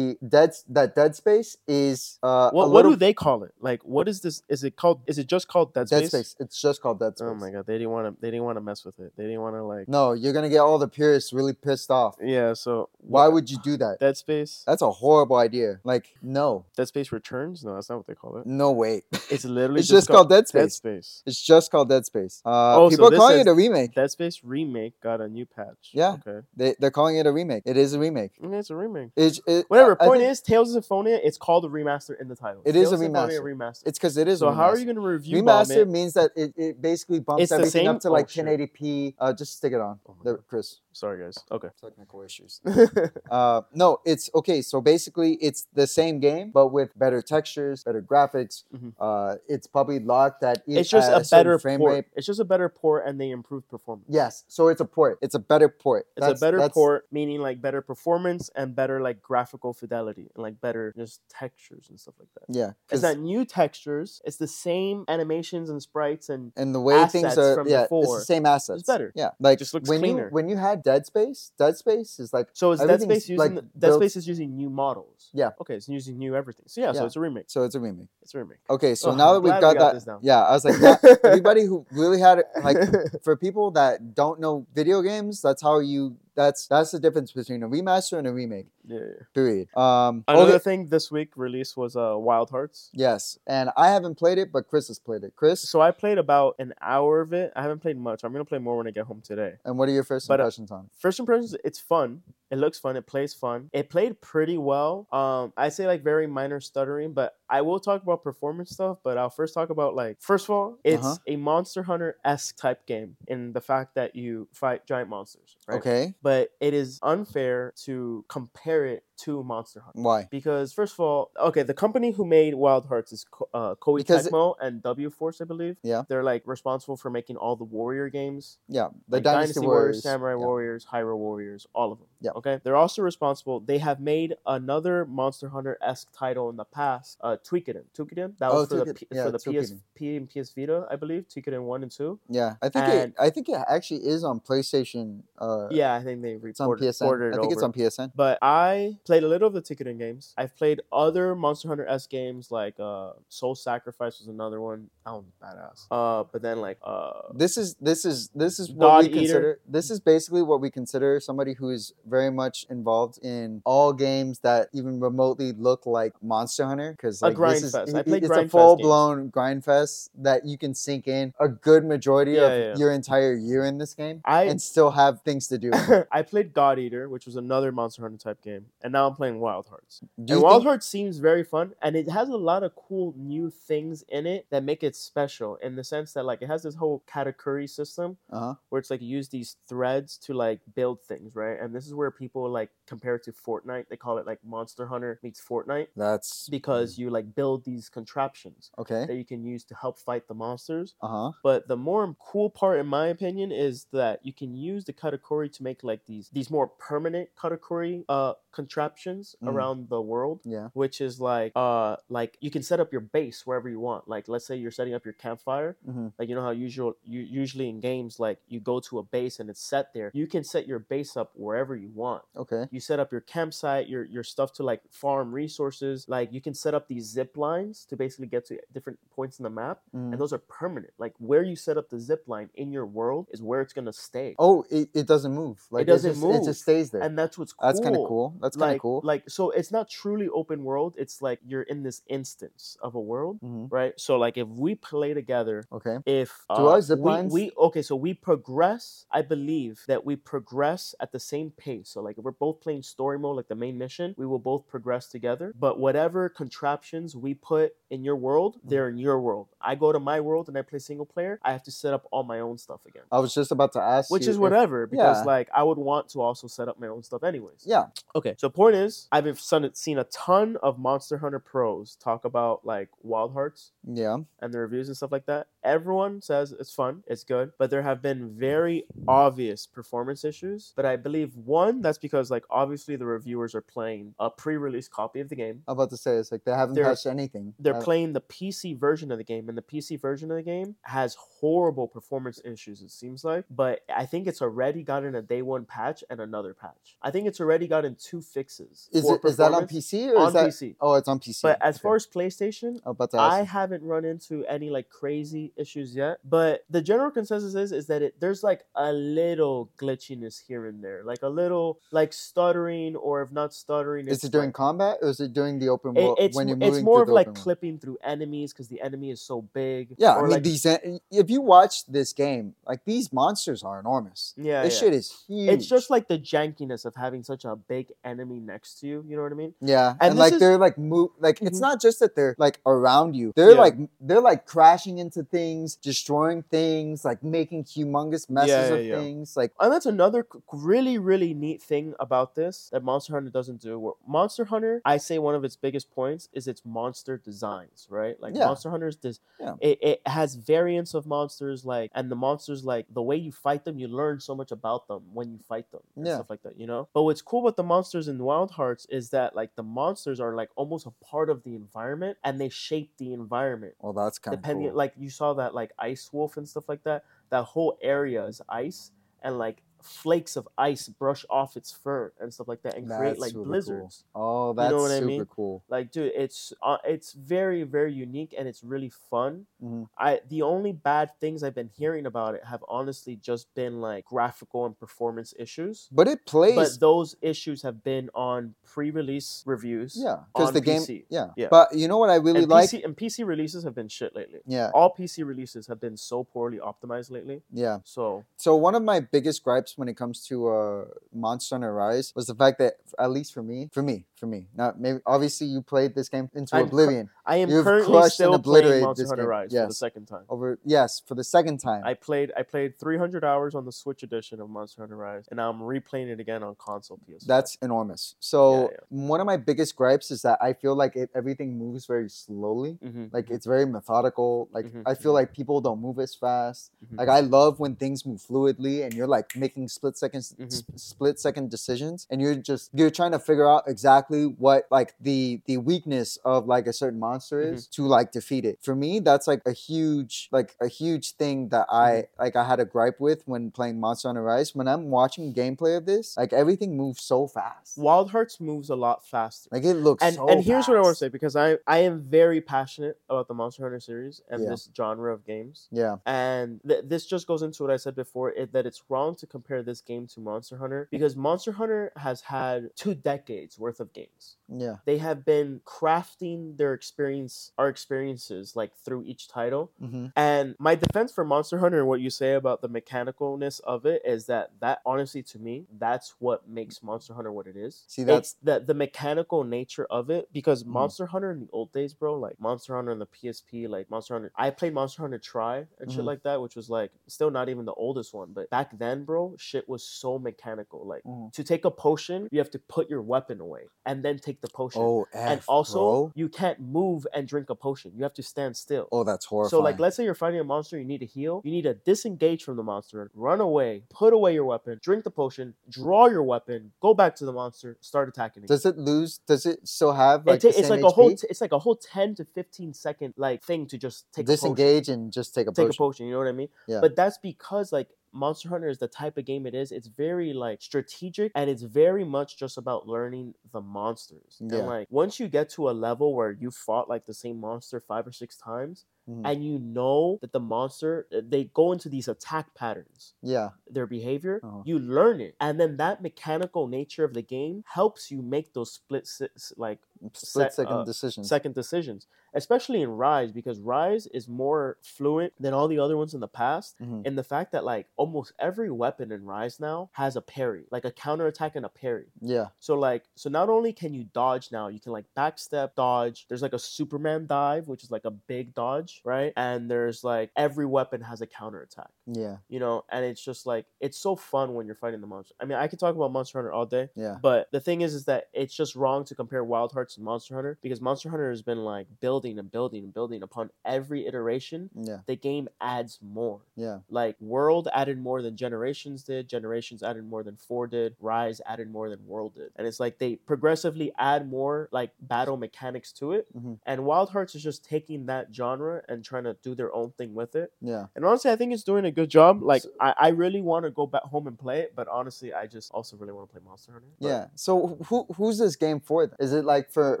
[SPEAKER 2] dead that Dead Space is uh, a
[SPEAKER 1] what what
[SPEAKER 2] little
[SPEAKER 1] do they call it? Like what is this? Is it called? Is it just called Dead Space?
[SPEAKER 2] Dead Space. It's just called Dead Space.
[SPEAKER 1] Oh my god, they didn't want to. They didn't want to mess with it. They didn't want to like.
[SPEAKER 2] No, you're gonna get all the purists really pissed off.
[SPEAKER 1] Yeah, so
[SPEAKER 2] Why
[SPEAKER 1] wh-
[SPEAKER 2] would you do that?
[SPEAKER 1] Dead Space?
[SPEAKER 2] That's a horrible idea. Like, no,
[SPEAKER 1] Dead Space Returns? No, that's not what they call it.
[SPEAKER 2] no way.
[SPEAKER 1] It's literally
[SPEAKER 2] It's just called Dead
[SPEAKER 1] Dead
[SPEAKER 2] Space.
[SPEAKER 1] Space.
[SPEAKER 2] It's just called Dead Space. Uh,
[SPEAKER 1] Oh, so
[SPEAKER 2] people are
[SPEAKER 1] this
[SPEAKER 2] calling
[SPEAKER 1] is-
[SPEAKER 2] it a remake.
[SPEAKER 1] Dead Space remake got a new patch.
[SPEAKER 2] Yeah.
[SPEAKER 1] Okay.
[SPEAKER 2] They they're calling it a remake. It is a remake.
[SPEAKER 1] I mean, it's a remake.
[SPEAKER 2] It's it,
[SPEAKER 1] Whatever.
[SPEAKER 2] I- I
[SPEAKER 1] Point
[SPEAKER 2] think
[SPEAKER 1] is, Tales of Symphonia. It's called a remaster in the title.
[SPEAKER 2] It
[SPEAKER 1] It
[SPEAKER 2] is
[SPEAKER 1] is
[SPEAKER 2] a remaster.
[SPEAKER 1] remaster.
[SPEAKER 2] it's because it is.
[SPEAKER 1] so
[SPEAKER 2] a
[SPEAKER 1] how are
[SPEAKER 2] remaster.
[SPEAKER 1] you going to review bomb
[SPEAKER 2] Remaster
[SPEAKER 1] it?
[SPEAKER 2] means that it, it basically bumps
[SPEAKER 1] It's the
[SPEAKER 2] everything up
[SPEAKER 1] same-
[SPEAKER 2] to
[SPEAKER 1] oh,
[SPEAKER 2] like
[SPEAKER 1] shit.
[SPEAKER 2] 1080p. Uh, just stick it on,
[SPEAKER 1] Oh my
[SPEAKER 2] there,
[SPEAKER 1] God.
[SPEAKER 2] Chris.
[SPEAKER 1] Sorry, guys. Okay.
[SPEAKER 2] Technical issues. uh, no, it's okay. So basically, it's the same game, but with better textures, better graphics.
[SPEAKER 1] Mhm.
[SPEAKER 2] Uh, it's probably locked at e-
[SPEAKER 1] it's just
[SPEAKER 2] at
[SPEAKER 1] a
[SPEAKER 2] certain
[SPEAKER 1] better
[SPEAKER 2] frame
[SPEAKER 1] port.
[SPEAKER 2] rate.
[SPEAKER 1] It's just a better port, and they improved performance.
[SPEAKER 2] Yes, so it's a port. It's a better port.
[SPEAKER 1] It's a better port, meaning like better performance and better like graphical fidelity and like better just textures and stuff like that.
[SPEAKER 2] Yeah,
[SPEAKER 1] It's
[SPEAKER 2] 'cause-
[SPEAKER 1] not new textures. It's the same animations and sprites, and
[SPEAKER 2] and the way things
[SPEAKER 1] assets
[SPEAKER 2] are
[SPEAKER 1] from
[SPEAKER 2] yeah, it's
[SPEAKER 1] before.
[SPEAKER 2] the same assets.
[SPEAKER 1] better.
[SPEAKER 2] Yeah, like
[SPEAKER 1] Just looks
[SPEAKER 2] when you
[SPEAKER 1] cleaner.
[SPEAKER 2] when you had Dead Space, Dead Space is like
[SPEAKER 1] so is Dead
[SPEAKER 2] everything's,
[SPEAKER 1] Space using
[SPEAKER 2] like,
[SPEAKER 1] the- Dead
[SPEAKER 2] built-
[SPEAKER 1] Space is using new models.
[SPEAKER 2] Yeah.
[SPEAKER 1] Okay, it's using new everything. So yeah,
[SPEAKER 2] Yeah.
[SPEAKER 1] so it's a remake.
[SPEAKER 2] so it's a remake.
[SPEAKER 1] It's a remake.
[SPEAKER 2] Okay, so
[SPEAKER 1] Ugh,
[SPEAKER 2] now
[SPEAKER 1] I'm
[SPEAKER 2] that we've
[SPEAKER 1] glad
[SPEAKER 2] got,
[SPEAKER 1] we got
[SPEAKER 2] that,
[SPEAKER 1] this down.
[SPEAKER 2] yeah, I was like, yeah, everybody who really had it, like for people that don't know video games, that's how you. That's that's the difference between a remaster and a remake.
[SPEAKER 1] yeah. yeah.
[SPEAKER 2] Period. Um,
[SPEAKER 1] Another
[SPEAKER 2] okay-
[SPEAKER 1] thing this week released was uh, Wild Hearts.
[SPEAKER 2] yes, and I haven't played it, but Chris has played it. Chris,
[SPEAKER 1] So I played about an hour of it. I haven't played much. I'm gonna play more when I get home today.
[SPEAKER 2] and what are your first
[SPEAKER 1] But, uh,
[SPEAKER 2] impressions on? it?
[SPEAKER 1] First impressions, it's fun. It looks fun. It plays fun. It played pretty well. Um, I say like very minor stuttering, but I will talk about performance stuff. But I'll first talk about like first of all, it's
[SPEAKER 2] Uh-huh.
[SPEAKER 1] a Monster Hunter esque type game in the fact that you fight giant monsters. Right?
[SPEAKER 2] Okay,
[SPEAKER 1] But it is unfair to compare it to Monster Hunter.
[SPEAKER 2] why?
[SPEAKER 1] Because first of all, okay, the company who made Wild Hearts is Ko- uh, Koei
[SPEAKER 2] Because it-
[SPEAKER 1] Tecmo and W Force, I believe.
[SPEAKER 2] Yeah.
[SPEAKER 1] they're like responsible for making all the warrior games
[SPEAKER 2] Yeah, the
[SPEAKER 1] like
[SPEAKER 2] Dynasty, Warriors,
[SPEAKER 1] Samurai
[SPEAKER 2] yeah.
[SPEAKER 1] Warriors, Hyrule Warriors, all of them.
[SPEAKER 2] Yeah.
[SPEAKER 1] Okay. They're also responsible. They have made another Monster Hunter esque title in the past, uh, Tweakidin. Tweakidin. That
[SPEAKER 2] Oh,
[SPEAKER 1] was for the
[SPEAKER 2] Tweakidin.
[SPEAKER 1] P-
[SPEAKER 2] Yeah,
[SPEAKER 1] for the
[SPEAKER 2] Tweakidin.
[SPEAKER 1] PSP and PS Vita, I believe. Tweakidin one and two.
[SPEAKER 2] Yeah, I think it,
[SPEAKER 1] And-
[SPEAKER 2] I think it actually is on PlayStation. Uh,
[SPEAKER 1] Yeah, I think they
[SPEAKER 2] it's on
[SPEAKER 1] reported
[SPEAKER 2] PSN.
[SPEAKER 1] ported
[SPEAKER 2] I
[SPEAKER 1] it
[SPEAKER 2] think it's
[SPEAKER 1] over.
[SPEAKER 2] on PSN.
[SPEAKER 1] But I played a little of the ticketing games. I've played other Monster Hunter S games like uh, Soul Sacrifice was another one. That one's badass. Uh, but then like uh,
[SPEAKER 2] this is this is this is what
[SPEAKER 1] God
[SPEAKER 2] we
[SPEAKER 1] Eater.
[SPEAKER 2] consider this is basically what we consider somebody who is very much involved in all games that even remotely look like monster hunter because
[SPEAKER 1] A
[SPEAKER 2] like
[SPEAKER 1] grind
[SPEAKER 2] this is
[SPEAKER 1] fest. I
[SPEAKER 2] it-
[SPEAKER 1] play
[SPEAKER 2] it's
[SPEAKER 1] grind
[SPEAKER 2] a
[SPEAKER 1] fest games.
[SPEAKER 2] full-blown grind fest that you can sink in a good majority
[SPEAKER 1] Yeah,
[SPEAKER 2] of
[SPEAKER 1] yeah, yeah.
[SPEAKER 2] your entire year in this game
[SPEAKER 1] I
[SPEAKER 2] and still have things to do
[SPEAKER 1] I played God Eater, which was another Monster Hunter type game, and now I'm playing Wild Hearts.
[SPEAKER 2] do
[SPEAKER 1] and
[SPEAKER 2] you
[SPEAKER 1] Wild
[SPEAKER 2] think,
[SPEAKER 1] Hearts seems very fun, and it has a lot of cool new things in it that make it special in the sense that like it has this whole katakuri system
[SPEAKER 2] uh-huh.
[SPEAKER 1] where it's like you use these threads to like build things, right? And this is where people like compare it to Fortnite. They call it like Monster Hunter meets Fortnite
[SPEAKER 2] that's
[SPEAKER 1] because you like build these contraptions
[SPEAKER 2] okay
[SPEAKER 1] that you can use to help fight the monsters.
[SPEAKER 2] uh-huh
[SPEAKER 1] But the more cool part, in my opinion, is that you can use the katakuri to make like these these more permanent katakuri uh, contraptions
[SPEAKER 2] Mm.
[SPEAKER 1] around the world,
[SPEAKER 2] yeah
[SPEAKER 1] which is like uh like you can set up your base wherever you want. Like let's say you're setting up your campfire,
[SPEAKER 2] hmm
[SPEAKER 1] like you know how usual you usually in games like you go to a base and it's set there. You can set your base up wherever you want
[SPEAKER 2] okay
[SPEAKER 1] you set up your campsite your your stuff to like farm resources like you can set up these zip lines to basically get to different points in the map
[SPEAKER 2] Mhm.
[SPEAKER 1] and those are permanent like where you set up the zip line in your world is where it's going to stay
[SPEAKER 2] oh it, it doesn't move like
[SPEAKER 1] doesn't
[SPEAKER 2] just, it
[SPEAKER 1] move.
[SPEAKER 2] just stays there
[SPEAKER 1] and that's what's cool
[SPEAKER 2] that's kind of cool that's kind kind
[SPEAKER 1] like
[SPEAKER 2] of cool.
[SPEAKER 1] like so it's not truly open world. It's like you're in this instance of a world,
[SPEAKER 2] hmm
[SPEAKER 1] right? So like if we play together,
[SPEAKER 2] Okay.
[SPEAKER 1] if uh,
[SPEAKER 2] Do I zip
[SPEAKER 1] we,
[SPEAKER 2] lines?
[SPEAKER 1] we okay, so we progress. I believe that we progress at the same pace. So like if we're both playing story mode, like the main mission, we will both progress together. But whatever contraptions we put in your world,
[SPEAKER 2] Mm.
[SPEAKER 1] they're in your world. I go to my world and I play single player. I have to set up all my own stuff again.
[SPEAKER 2] Oh, I was just about to ask.
[SPEAKER 1] Which
[SPEAKER 2] you
[SPEAKER 1] is
[SPEAKER 2] if-
[SPEAKER 1] whatever, because
[SPEAKER 2] yeah.
[SPEAKER 1] like I would want to also set up my own stuff anyways.
[SPEAKER 2] Yeah.
[SPEAKER 1] Okay. So point is, I've son- seen a ton of Monster Hunter pros talk about like Wild Hearts
[SPEAKER 2] Yeah.
[SPEAKER 1] and the reviews and stuff like that. Everyone says it's fun, it's good, but there have been very obvious performance issues. But I believe one that's because like obviously the reviewers are playing a pre-release copy of the game.
[SPEAKER 2] I'm about to say it's like they haven't
[SPEAKER 1] They're-
[SPEAKER 2] touched anything.
[SPEAKER 1] They're
[SPEAKER 2] Uh,
[SPEAKER 1] playing the PC version of the game, and the PC version of the game has horrible performance issues, it seems like. But I think it's already gotten a day one patch and another patch. I think it's already gotten two fixes.
[SPEAKER 2] Is
[SPEAKER 1] for
[SPEAKER 2] it is that on
[SPEAKER 1] performance
[SPEAKER 2] PC or
[SPEAKER 1] on
[SPEAKER 2] is that?
[SPEAKER 1] PC.
[SPEAKER 2] Oh, it's on PC.
[SPEAKER 1] But as
[SPEAKER 2] Okay.
[SPEAKER 1] far as PlayStation,
[SPEAKER 2] I'm about to ask.
[SPEAKER 1] I haven't run into any like crazy issues yet. But the general consensus is is that it there's like a little glitchiness here and there, like a little like stuttering or if not stuttering,
[SPEAKER 2] is it during
[SPEAKER 1] like-
[SPEAKER 2] combat or is it during the open
[SPEAKER 1] it-
[SPEAKER 2] world
[SPEAKER 1] it's
[SPEAKER 2] when you're moving
[SPEAKER 1] it's more
[SPEAKER 2] through
[SPEAKER 1] of
[SPEAKER 2] the
[SPEAKER 1] like
[SPEAKER 2] open world?
[SPEAKER 1] clipping through enemies because the enemy is so big.
[SPEAKER 2] Yeah, I
[SPEAKER 1] or
[SPEAKER 2] mean
[SPEAKER 1] like,
[SPEAKER 2] these. en- If you watch this game, like these monsters are enormous.
[SPEAKER 1] yeah,
[SPEAKER 2] this
[SPEAKER 1] yeah.
[SPEAKER 2] shit is huge.
[SPEAKER 1] It's just like the jankiness of having such a big enemy next to you. You know what I mean?
[SPEAKER 2] yeah, and,
[SPEAKER 1] and this
[SPEAKER 2] like
[SPEAKER 1] is-
[SPEAKER 2] they're like move. Like it's
[SPEAKER 1] Mhm.
[SPEAKER 2] not just that they're like around you. They're
[SPEAKER 1] Yeah.
[SPEAKER 2] like they're like crashing into things, destroying things, like making humongous messes
[SPEAKER 1] yeah,
[SPEAKER 2] of
[SPEAKER 1] yeah.
[SPEAKER 2] things. Like
[SPEAKER 1] And that's another c- really, really neat thing about this that Monster Hunter doesn't do. Where Monster Hunter, I say one of its biggest points is its monster designs, right? Like
[SPEAKER 2] Yeah.
[SPEAKER 1] Monster Hunter's this,
[SPEAKER 2] Yeah.
[SPEAKER 1] it, it has variants of monsters, like, and the monsters, like, the way you fight them, you learn so much about them when you fight them and
[SPEAKER 2] Yeah.
[SPEAKER 1] stuff like that, you know? But what's cool about the monsters in Wild Hearts is that, like, the monsters are, like, almost a part of the environment and they shape the environment
[SPEAKER 2] well, that's kind of
[SPEAKER 1] depending
[SPEAKER 2] cool.
[SPEAKER 1] like you saw that like ice wolf and stuff like that that whole area is ice and like flakes of ice brush off its fur and stuff like that and create
[SPEAKER 2] That's
[SPEAKER 1] like
[SPEAKER 2] super cool.
[SPEAKER 1] blizzards
[SPEAKER 2] oh,
[SPEAKER 1] know
[SPEAKER 2] that's
[SPEAKER 1] what I
[SPEAKER 2] super
[SPEAKER 1] mean?
[SPEAKER 2] cool.
[SPEAKER 1] like dude it's uh, it's very very unique and it's really fun
[SPEAKER 2] Mhm.
[SPEAKER 1] i the only bad things i've been hearing about it have honestly just been like graphical and performance issues
[SPEAKER 2] But it plays
[SPEAKER 1] but those issues have been on pre-release reviews
[SPEAKER 2] Yeah, because
[SPEAKER 1] on
[SPEAKER 2] the game.
[SPEAKER 1] PC.
[SPEAKER 2] Yeah.
[SPEAKER 1] Yeah.
[SPEAKER 2] but you know what I really
[SPEAKER 1] and,
[SPEAKER 2] like?
[SPEAKER 1] PC, and pc releases have been shit lately
[SPEAKER 2] Yeah,
[SPEAKER 1] all PC releases have been so poorly optimized lately.
[SPEAKER 2] yeah.
[SPEAKER 1] So
[SPEAKER 2] So one of my biggest gripes when it comes to uh, Monster Hunter Rise was the fact that, at least for me, for me, for me, not maybe. Obviously, you played this game into
[SPEAKER 1] I'm cr-
[SPEAKER 2] oblivion
[SPEAKER 1] I am
[SPEAKER 2] You've
[SPEAKER 1] currently
[SPEAKER 2] crushed and
[SPEAKER 1] still playing
[SPEAKER 2] obliterated
[SPEAKER 1] Monster
[SPEAKER 2] this
[SPEAKER 1] Hunter
[SPEAKER 2] game.
[SPEAKER 1] Rise for the
[SPEAKER 2] Yes. Oh,
[SPEAKER 1] second time.
[SPEAKER 2] over. Yes, for the second time.
[SPEAKER 1] I played I played 300 hours on the Switch edition of Monster Hunter Rise, and now I'm replaying it again on console PS.
[SPEAKER 2] That's enormous. So
[SPEAKER 1] yeah.
[SPEAKER 2] one of my biggest gripes is that I feel like it, everything moves very slowly.
[SPEAKER 1] hmm
[SPEAKER 2] Like it's very methodical. Like
[SPEAKER 1] Mhm,
[SPEAKER 2] I feel
[SPEAKER 1] mhm.
[SPEAKER 2] like people don't move as fast.
[SPEAKER 1] Mhm.
[SPEAKER 2] Like I love when things move fluidly and you're like making split second
[SPEAKER 1] Mhm.
[SPEAKER 2] s- split second decisions and you're just you're trying to figure out exactly what like the the weakness of like a certain monster
[SPEAKER 1] Mhm.
[SPEAKER 2] is to like defeat it. For me, that's like a huge like a huge thing that I
[SPEAKER 1] Mm-hmm.
[SPEAKER 2] like I had a gripe with when playing Monster Hunter Rise. When I'm watching gameplay of this, like everything moves so fast.
[SPEAKER 1] Wild Hearts moves a lot faster.
[SPEAKER 2] Like it looks
[SPEAKER 1] and
[SPEAKER 2] so
[SPEAKER 1] and here's what I want to
[SPEAKER 2] fast.
[SPEAKER 1] say because I I am very passionate about the Monster Hunter series and
[SPEAKER 2] Yeah.
[SPEAKER 1] this genre of games.
[SPEAKER 2] Yeah.
[SPEAKER 1] And th- this just goes into what I said before it, that it's wrong to compare this game to Monster Hunter because Monster Hunter has had two decades worth of games.
[SPEAKER 2] Yeah.
[SPEAKER 1] They have been crafting their experience, our experiences, like through each title.
[SPEAKER 2] hmm
[SPEAKER 1] And my defense for Monster Hunter and what you say about the mechanicalness of it is that that honestly to me, that's what makes Monster Hunter what it is.
[SPEAKER 2] See, that's-
[SPEAKER 1] it's the the mechanical nature of it because
[SPEAKER 2] Mhm.
[SPEAKER 1] Monster Hunter in the old days, bro, like Monster Hunter on the PSP, like Monster Hunter I played Monster Hunter Try and
[SPEAKER 2] Mhm.
[SPEAKER 1] shit like that, which was like still not even the oldest one, but back then, bro, shit was so mechanical. Like
[SPEAKER 2] Mhm.
[SPEAKER 1] to take a potion, you have to put your weapon away and then take the potion.
[SPEAKER 2] Oh,
[SPEAKER 1] and
[SPEAKER 2] F,
[SPEAKER 1] also
[SPEAKER 2] bro.
[SPEAKER 1] you can't move and drink a potion. You have to stand still.
[SPEAKER 2] oh, that's horrifying.
[SPEAKER 1] So like let's say you're fighting a monster, you need to heal, you need to disengage from the monster, run away, put away your weapon, drink the potion, draw your weapon, go back to the monster, start attacking again.
[SPEAKER 2] Does it lose? Does it still have
[SPEAKER 1] It
[SPEAKER 2] like
[SPEAKER 1] ta-
[SPEAKER 2] the
[SPEAKER 1] it's
[SPEAKER 2] same
[SPEAKER 1] like a whole
[SPEAKER 2] HP?
[SPEAKER 1] t- it's like a whole 10 to 15 second like thing to just take a potion,
[SPEAKER 2] disengage and just take a
[SPEAKER 1] take
[SPEAKER 2] potion?
[SPEAKER 1] a potion, you know what I mean?
[SPEAKER 2] Yeah.
[SPEAKER 1] But that's because like Monster Hunter is the type of game it is. It's very like strategic and it's very much just about learning the monsters.
[SPEAKER 2] Yeah.
[SPEAKER 1] And like once you get to a level where you fought like the same monster 5 or 6 times,
[SPEAKER 2] Mhm.
[SPEAKER 1] and you know that the monster uh, they go into these attack patterns
[SPEAKER 2] Yeah.
[SPEAKER 1] their behavior
[SPEAKER 2] Uh-huh.
[SPEAKER 1] you learn it and then that mechanical nature of the game helps you make those split si- s- like
[SPEAKER 2] Split second
[SPEAKER 1] uh,
[SPEAKER 2] decision.
[SPEAKER 1] second decisions especially in rise because rise is more fluent than all the other ones in the past
[SPEAKER 2] Mhm.
[SPEAKER 1] in the fact that like almost every weapon in rise now has a parry like a counterattack and a parry
[SPEAKER 2] Yeah.
[SPEAKER 1] so like, so not only can you dodge now, you can like backstep, dodge. There's like a Superman dive, which is like a big dodge, right? And there's like every weapon has a counterattack,
[SPEAKER 2] Yeah.
[SPEAKER 1] you know. And it's just like it's so fun when you're fighting the monster. I mean, I could talk about Monster Hunter all day,
[SPEAKER 2] Yeah.
[SPEAKER 1] but the thing is, is that it's just wrong to compare Wild Hearts and Monster Hunter because Monster Hunter has been like building and building and building upon every iteration.
[SPEAKER 2] Yeah.
[SPEAKER 1] The game adds more
[SPEAKER 2] Yeah.
[SPEAKER 1] like world added more than generations did generations added more than four did rise added more than world did and it's like they progressively add more like battle mechanics to it
[SPEAKER 2] Mhm.
[SPEAKER 1] and wild hearts is just taking that genre and trying to do their own thing with it
[SPEAKER 2] Yeah.
[SPEAKER 1] and honestly i think it's doing a good job like
[SPEAKER 2] So-
[SPEAKER 1] i, I really want to go back home and play it but honestly i just also really want to play monster hunter but-
[SPEAKER 2] Yeah. So who who's this game for? then? Is it like for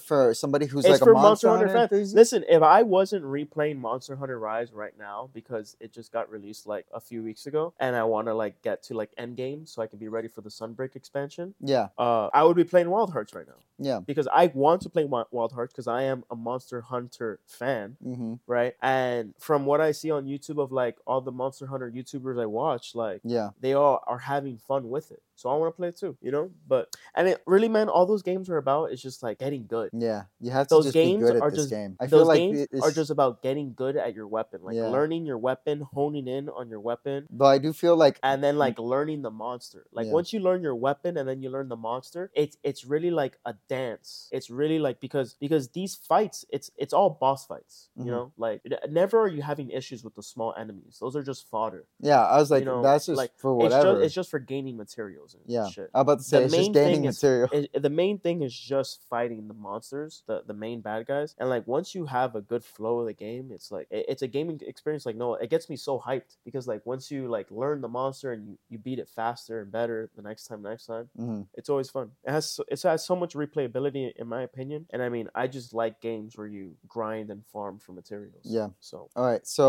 [SPEAKER 2] for somebody who's
[SPEAKER 1] It's
[SPEAKER 2] like
[SPEAKER 1] for
[SPEAKER 2] a
[SPEAKER 1] Monster
[SPEAKER 2] Monster,
[SPEAKER 1] Hunter
[SPEAKER 2] Hunter
[SPEAKER 1] fans.
[SPEAKER 2] enthusiast?
[SPEAKER 1] Listen, if I wasn't replaying Monster Hunter Rise right now because it just got released like a few weeks ago, and I want to like get to like end game so I can be ready for the Sunbreak expansion,
[SPEAKER 2] Yeah.
[SPEAKER 1] uh, I would be playing Wild Hearts right now.
[SPEAKER 2] Yeah.
[SPEAKER 1] because I want to play Wi- Wild Hearts because I am a Monster Hunter fan,
[SPEAKER 2] hmm
[SPEAKER 1] right? And from what I see on YouTube of like all the Monster Hunter YouTubers I watch, like
[SPEAKER 2] Yeah.
[SPEAKER 1] they all are having fun with it. So I want to play it too, you know. But and it really, man, all those games are about is just like getting good.
[SPEAKER 2] Yeah. You have to
[SPEAKER 1] Those
[SPEAKER 2] just
[SPEAKER 1] games
[SPEAKER 2] be good at
[SPEAKER 1] are
[SPEAKER 2] this
[SPEAKER 1] just-
[SPEAKER 2] game. I
[SPEAKER 1] Those
[SPEAKER 2] feel like
[SPEAKER 1] games
[SPEAKER 2] it- it's,
[SPEAKER 1] are just about getting good at your weapon, like
[SPEAKER 2] Yeah.
[SPEAKER 1] learning your weapon, honing in on your weapon,
[SPEAKER 2] But I do feel like
[SPEAKER 1] and then like learning the monster. Like
[SPEAKER 2] Mm. Yeah.
[SPEAKER 1] once you learn your weapon and then you learn the monster, it's it's really like a dance. It's really like because because these fights, it's it's all boss fights.
[SPEAKER 2] Mhm.
[SPEAKER 1] You know, like n- never are you having issues with the small enemies. Those are just fodder.
[SPEAKER 2] yeah, I was like
[SPEAKER 1] know,
[SPEAKER 2] that's just
[SPEAKER 1] like,
[SPEAKER 2] for
[SPEAKER 1] It's just
[SPEAKER 2] whatever.
[SPEAKER 1] it's just for gaining materials and
[SPEAKER 2] yeah.
[SPEAKER 1] shit.
[SPEAKER 2] I'm about to say
[SPEAKER 1] the
[SPEAKER 2] it's just
[SPEAKER 1] main thing
[SPEAKER 2] gaining
[SPEAKER 1] is-
[SPEAKER 2] material.
[SPEAKER 1] It, the main thing is just fighting the monsters, the, the main bad guys. And like once you have a good flow of the game, it's like it- it's a gaming experience. Like no, it gets me so hyped because like once you like learn the monster and you, you beat it faster and better the next time, next time,
[SPEAKER 2] hmm
[SPEAKER 1] it's always fun. It has so- it has so much replayability in my opinion. And I mean, I just like games where you grind and farm for materials.
[SPEAKER 2] Yeah.
[SPEAKER 1] So
[SPEAKER 2] All right. So,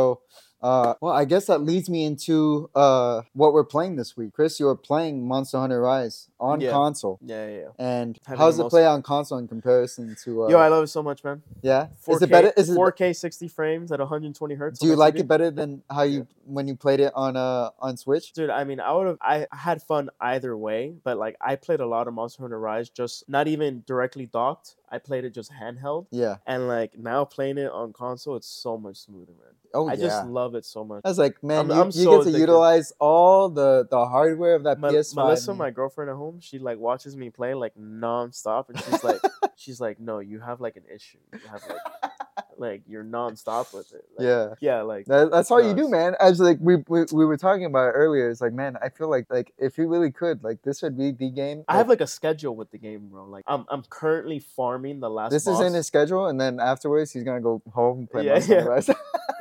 [SPEAKER 2] uh, well, I guess that leads me into uh, what we're playing this week. Chris, you're playing Monster Hunter Rise on
[SPEAKER 1] Yeah.
[SPEAKER 2] console.
[SPEAKER 1] yeah, yeah. yeah.
[SPEAKER 2] And
[SPEAKER 1] Having
[SPEAKER 2] how
[SPEAKER 1] the
[SPEAKER 2] does it
[SPEAKER 1] most-
[SPEAKER 2] play on console in comparison to? Uh,
[SPEAKER 1] Yo, I love it so much, man.
[SPEAKER 2] yeah.
[SPEAKER 1] 4K,
[SPEAKER 2] is it better? Is it
[SPEAKER 1] 4K 60 frames at 120 hertz?
[SPEAKER 2] Do
[SPEAKER 1] on
[SPEAKER 2] you
[SPEAKER 1] my
[SPEAKER 2] like
[SPEAKER 1] TV?
[SPEAKER 2] it better than how you when you played it on uh on Switch?
[SPEAKER 1] Dude, I mean, I would have, I had fun either way, but like I played a lot of Monster Hunter Rise, just not even directly docked. I played it just handheld,
[SPEAKER 2] Yeah.
[SPEAKER 1] and like now playing it on console, it's so much smoother, man.
[SPEAKER 2] Oh
[SPEAKER 1] I
[SPEAKER 2] yeah.
[SPEAKER 1] just love it so much.
[SPEAKER 2] I was like, man,
[SPEAKER 1] I'm-
[SPEAKER 2] you,
[SPEAKER 1] I'm
[SPEAKER 2] you
[SPEAKER 1] so
[SPEAKER 2] get to
[SPEAKER 1] addicted.
[SPEAKER 2] utilize all the the hardware of that
[SPEAKER 1] Ma-
[SPEAKER 2] PS5.
[SPEAKER 1] Melissa,
[SPEAKER 2] man.
[SPEAKER 1] my girlfriend at home, she like watches me play like nonstop, and she's like, she's like, no, you have like an issue. You have like, like you're nonstop with it. Like,
[SPEAKER 2] yeah.
[SPEAKER 1] yeah, like
[SPEAKER 2] That, that's all you do,
[SPEAKER 1] Nice.
[SPEAKER 2] man. I was like, we, we we were talking about it earlier. It's like, man, I feel like like if you really could, like this would be the game.
[SPEAKER 1] I have like a schedule with the game, bro. Like I'm, I'm currently farming the last.
[SPEAKER 2] this
[SPEAKER 1] boss.
[SPEAKER 2] is in his schedule, and then afterwards he's gonna go home and play
[SPEAKER 1] Yeah,
[SPEAKER 2] Monster
[SPEAKER 1] yeah.
[SPEAKER 2] Hunter Rise.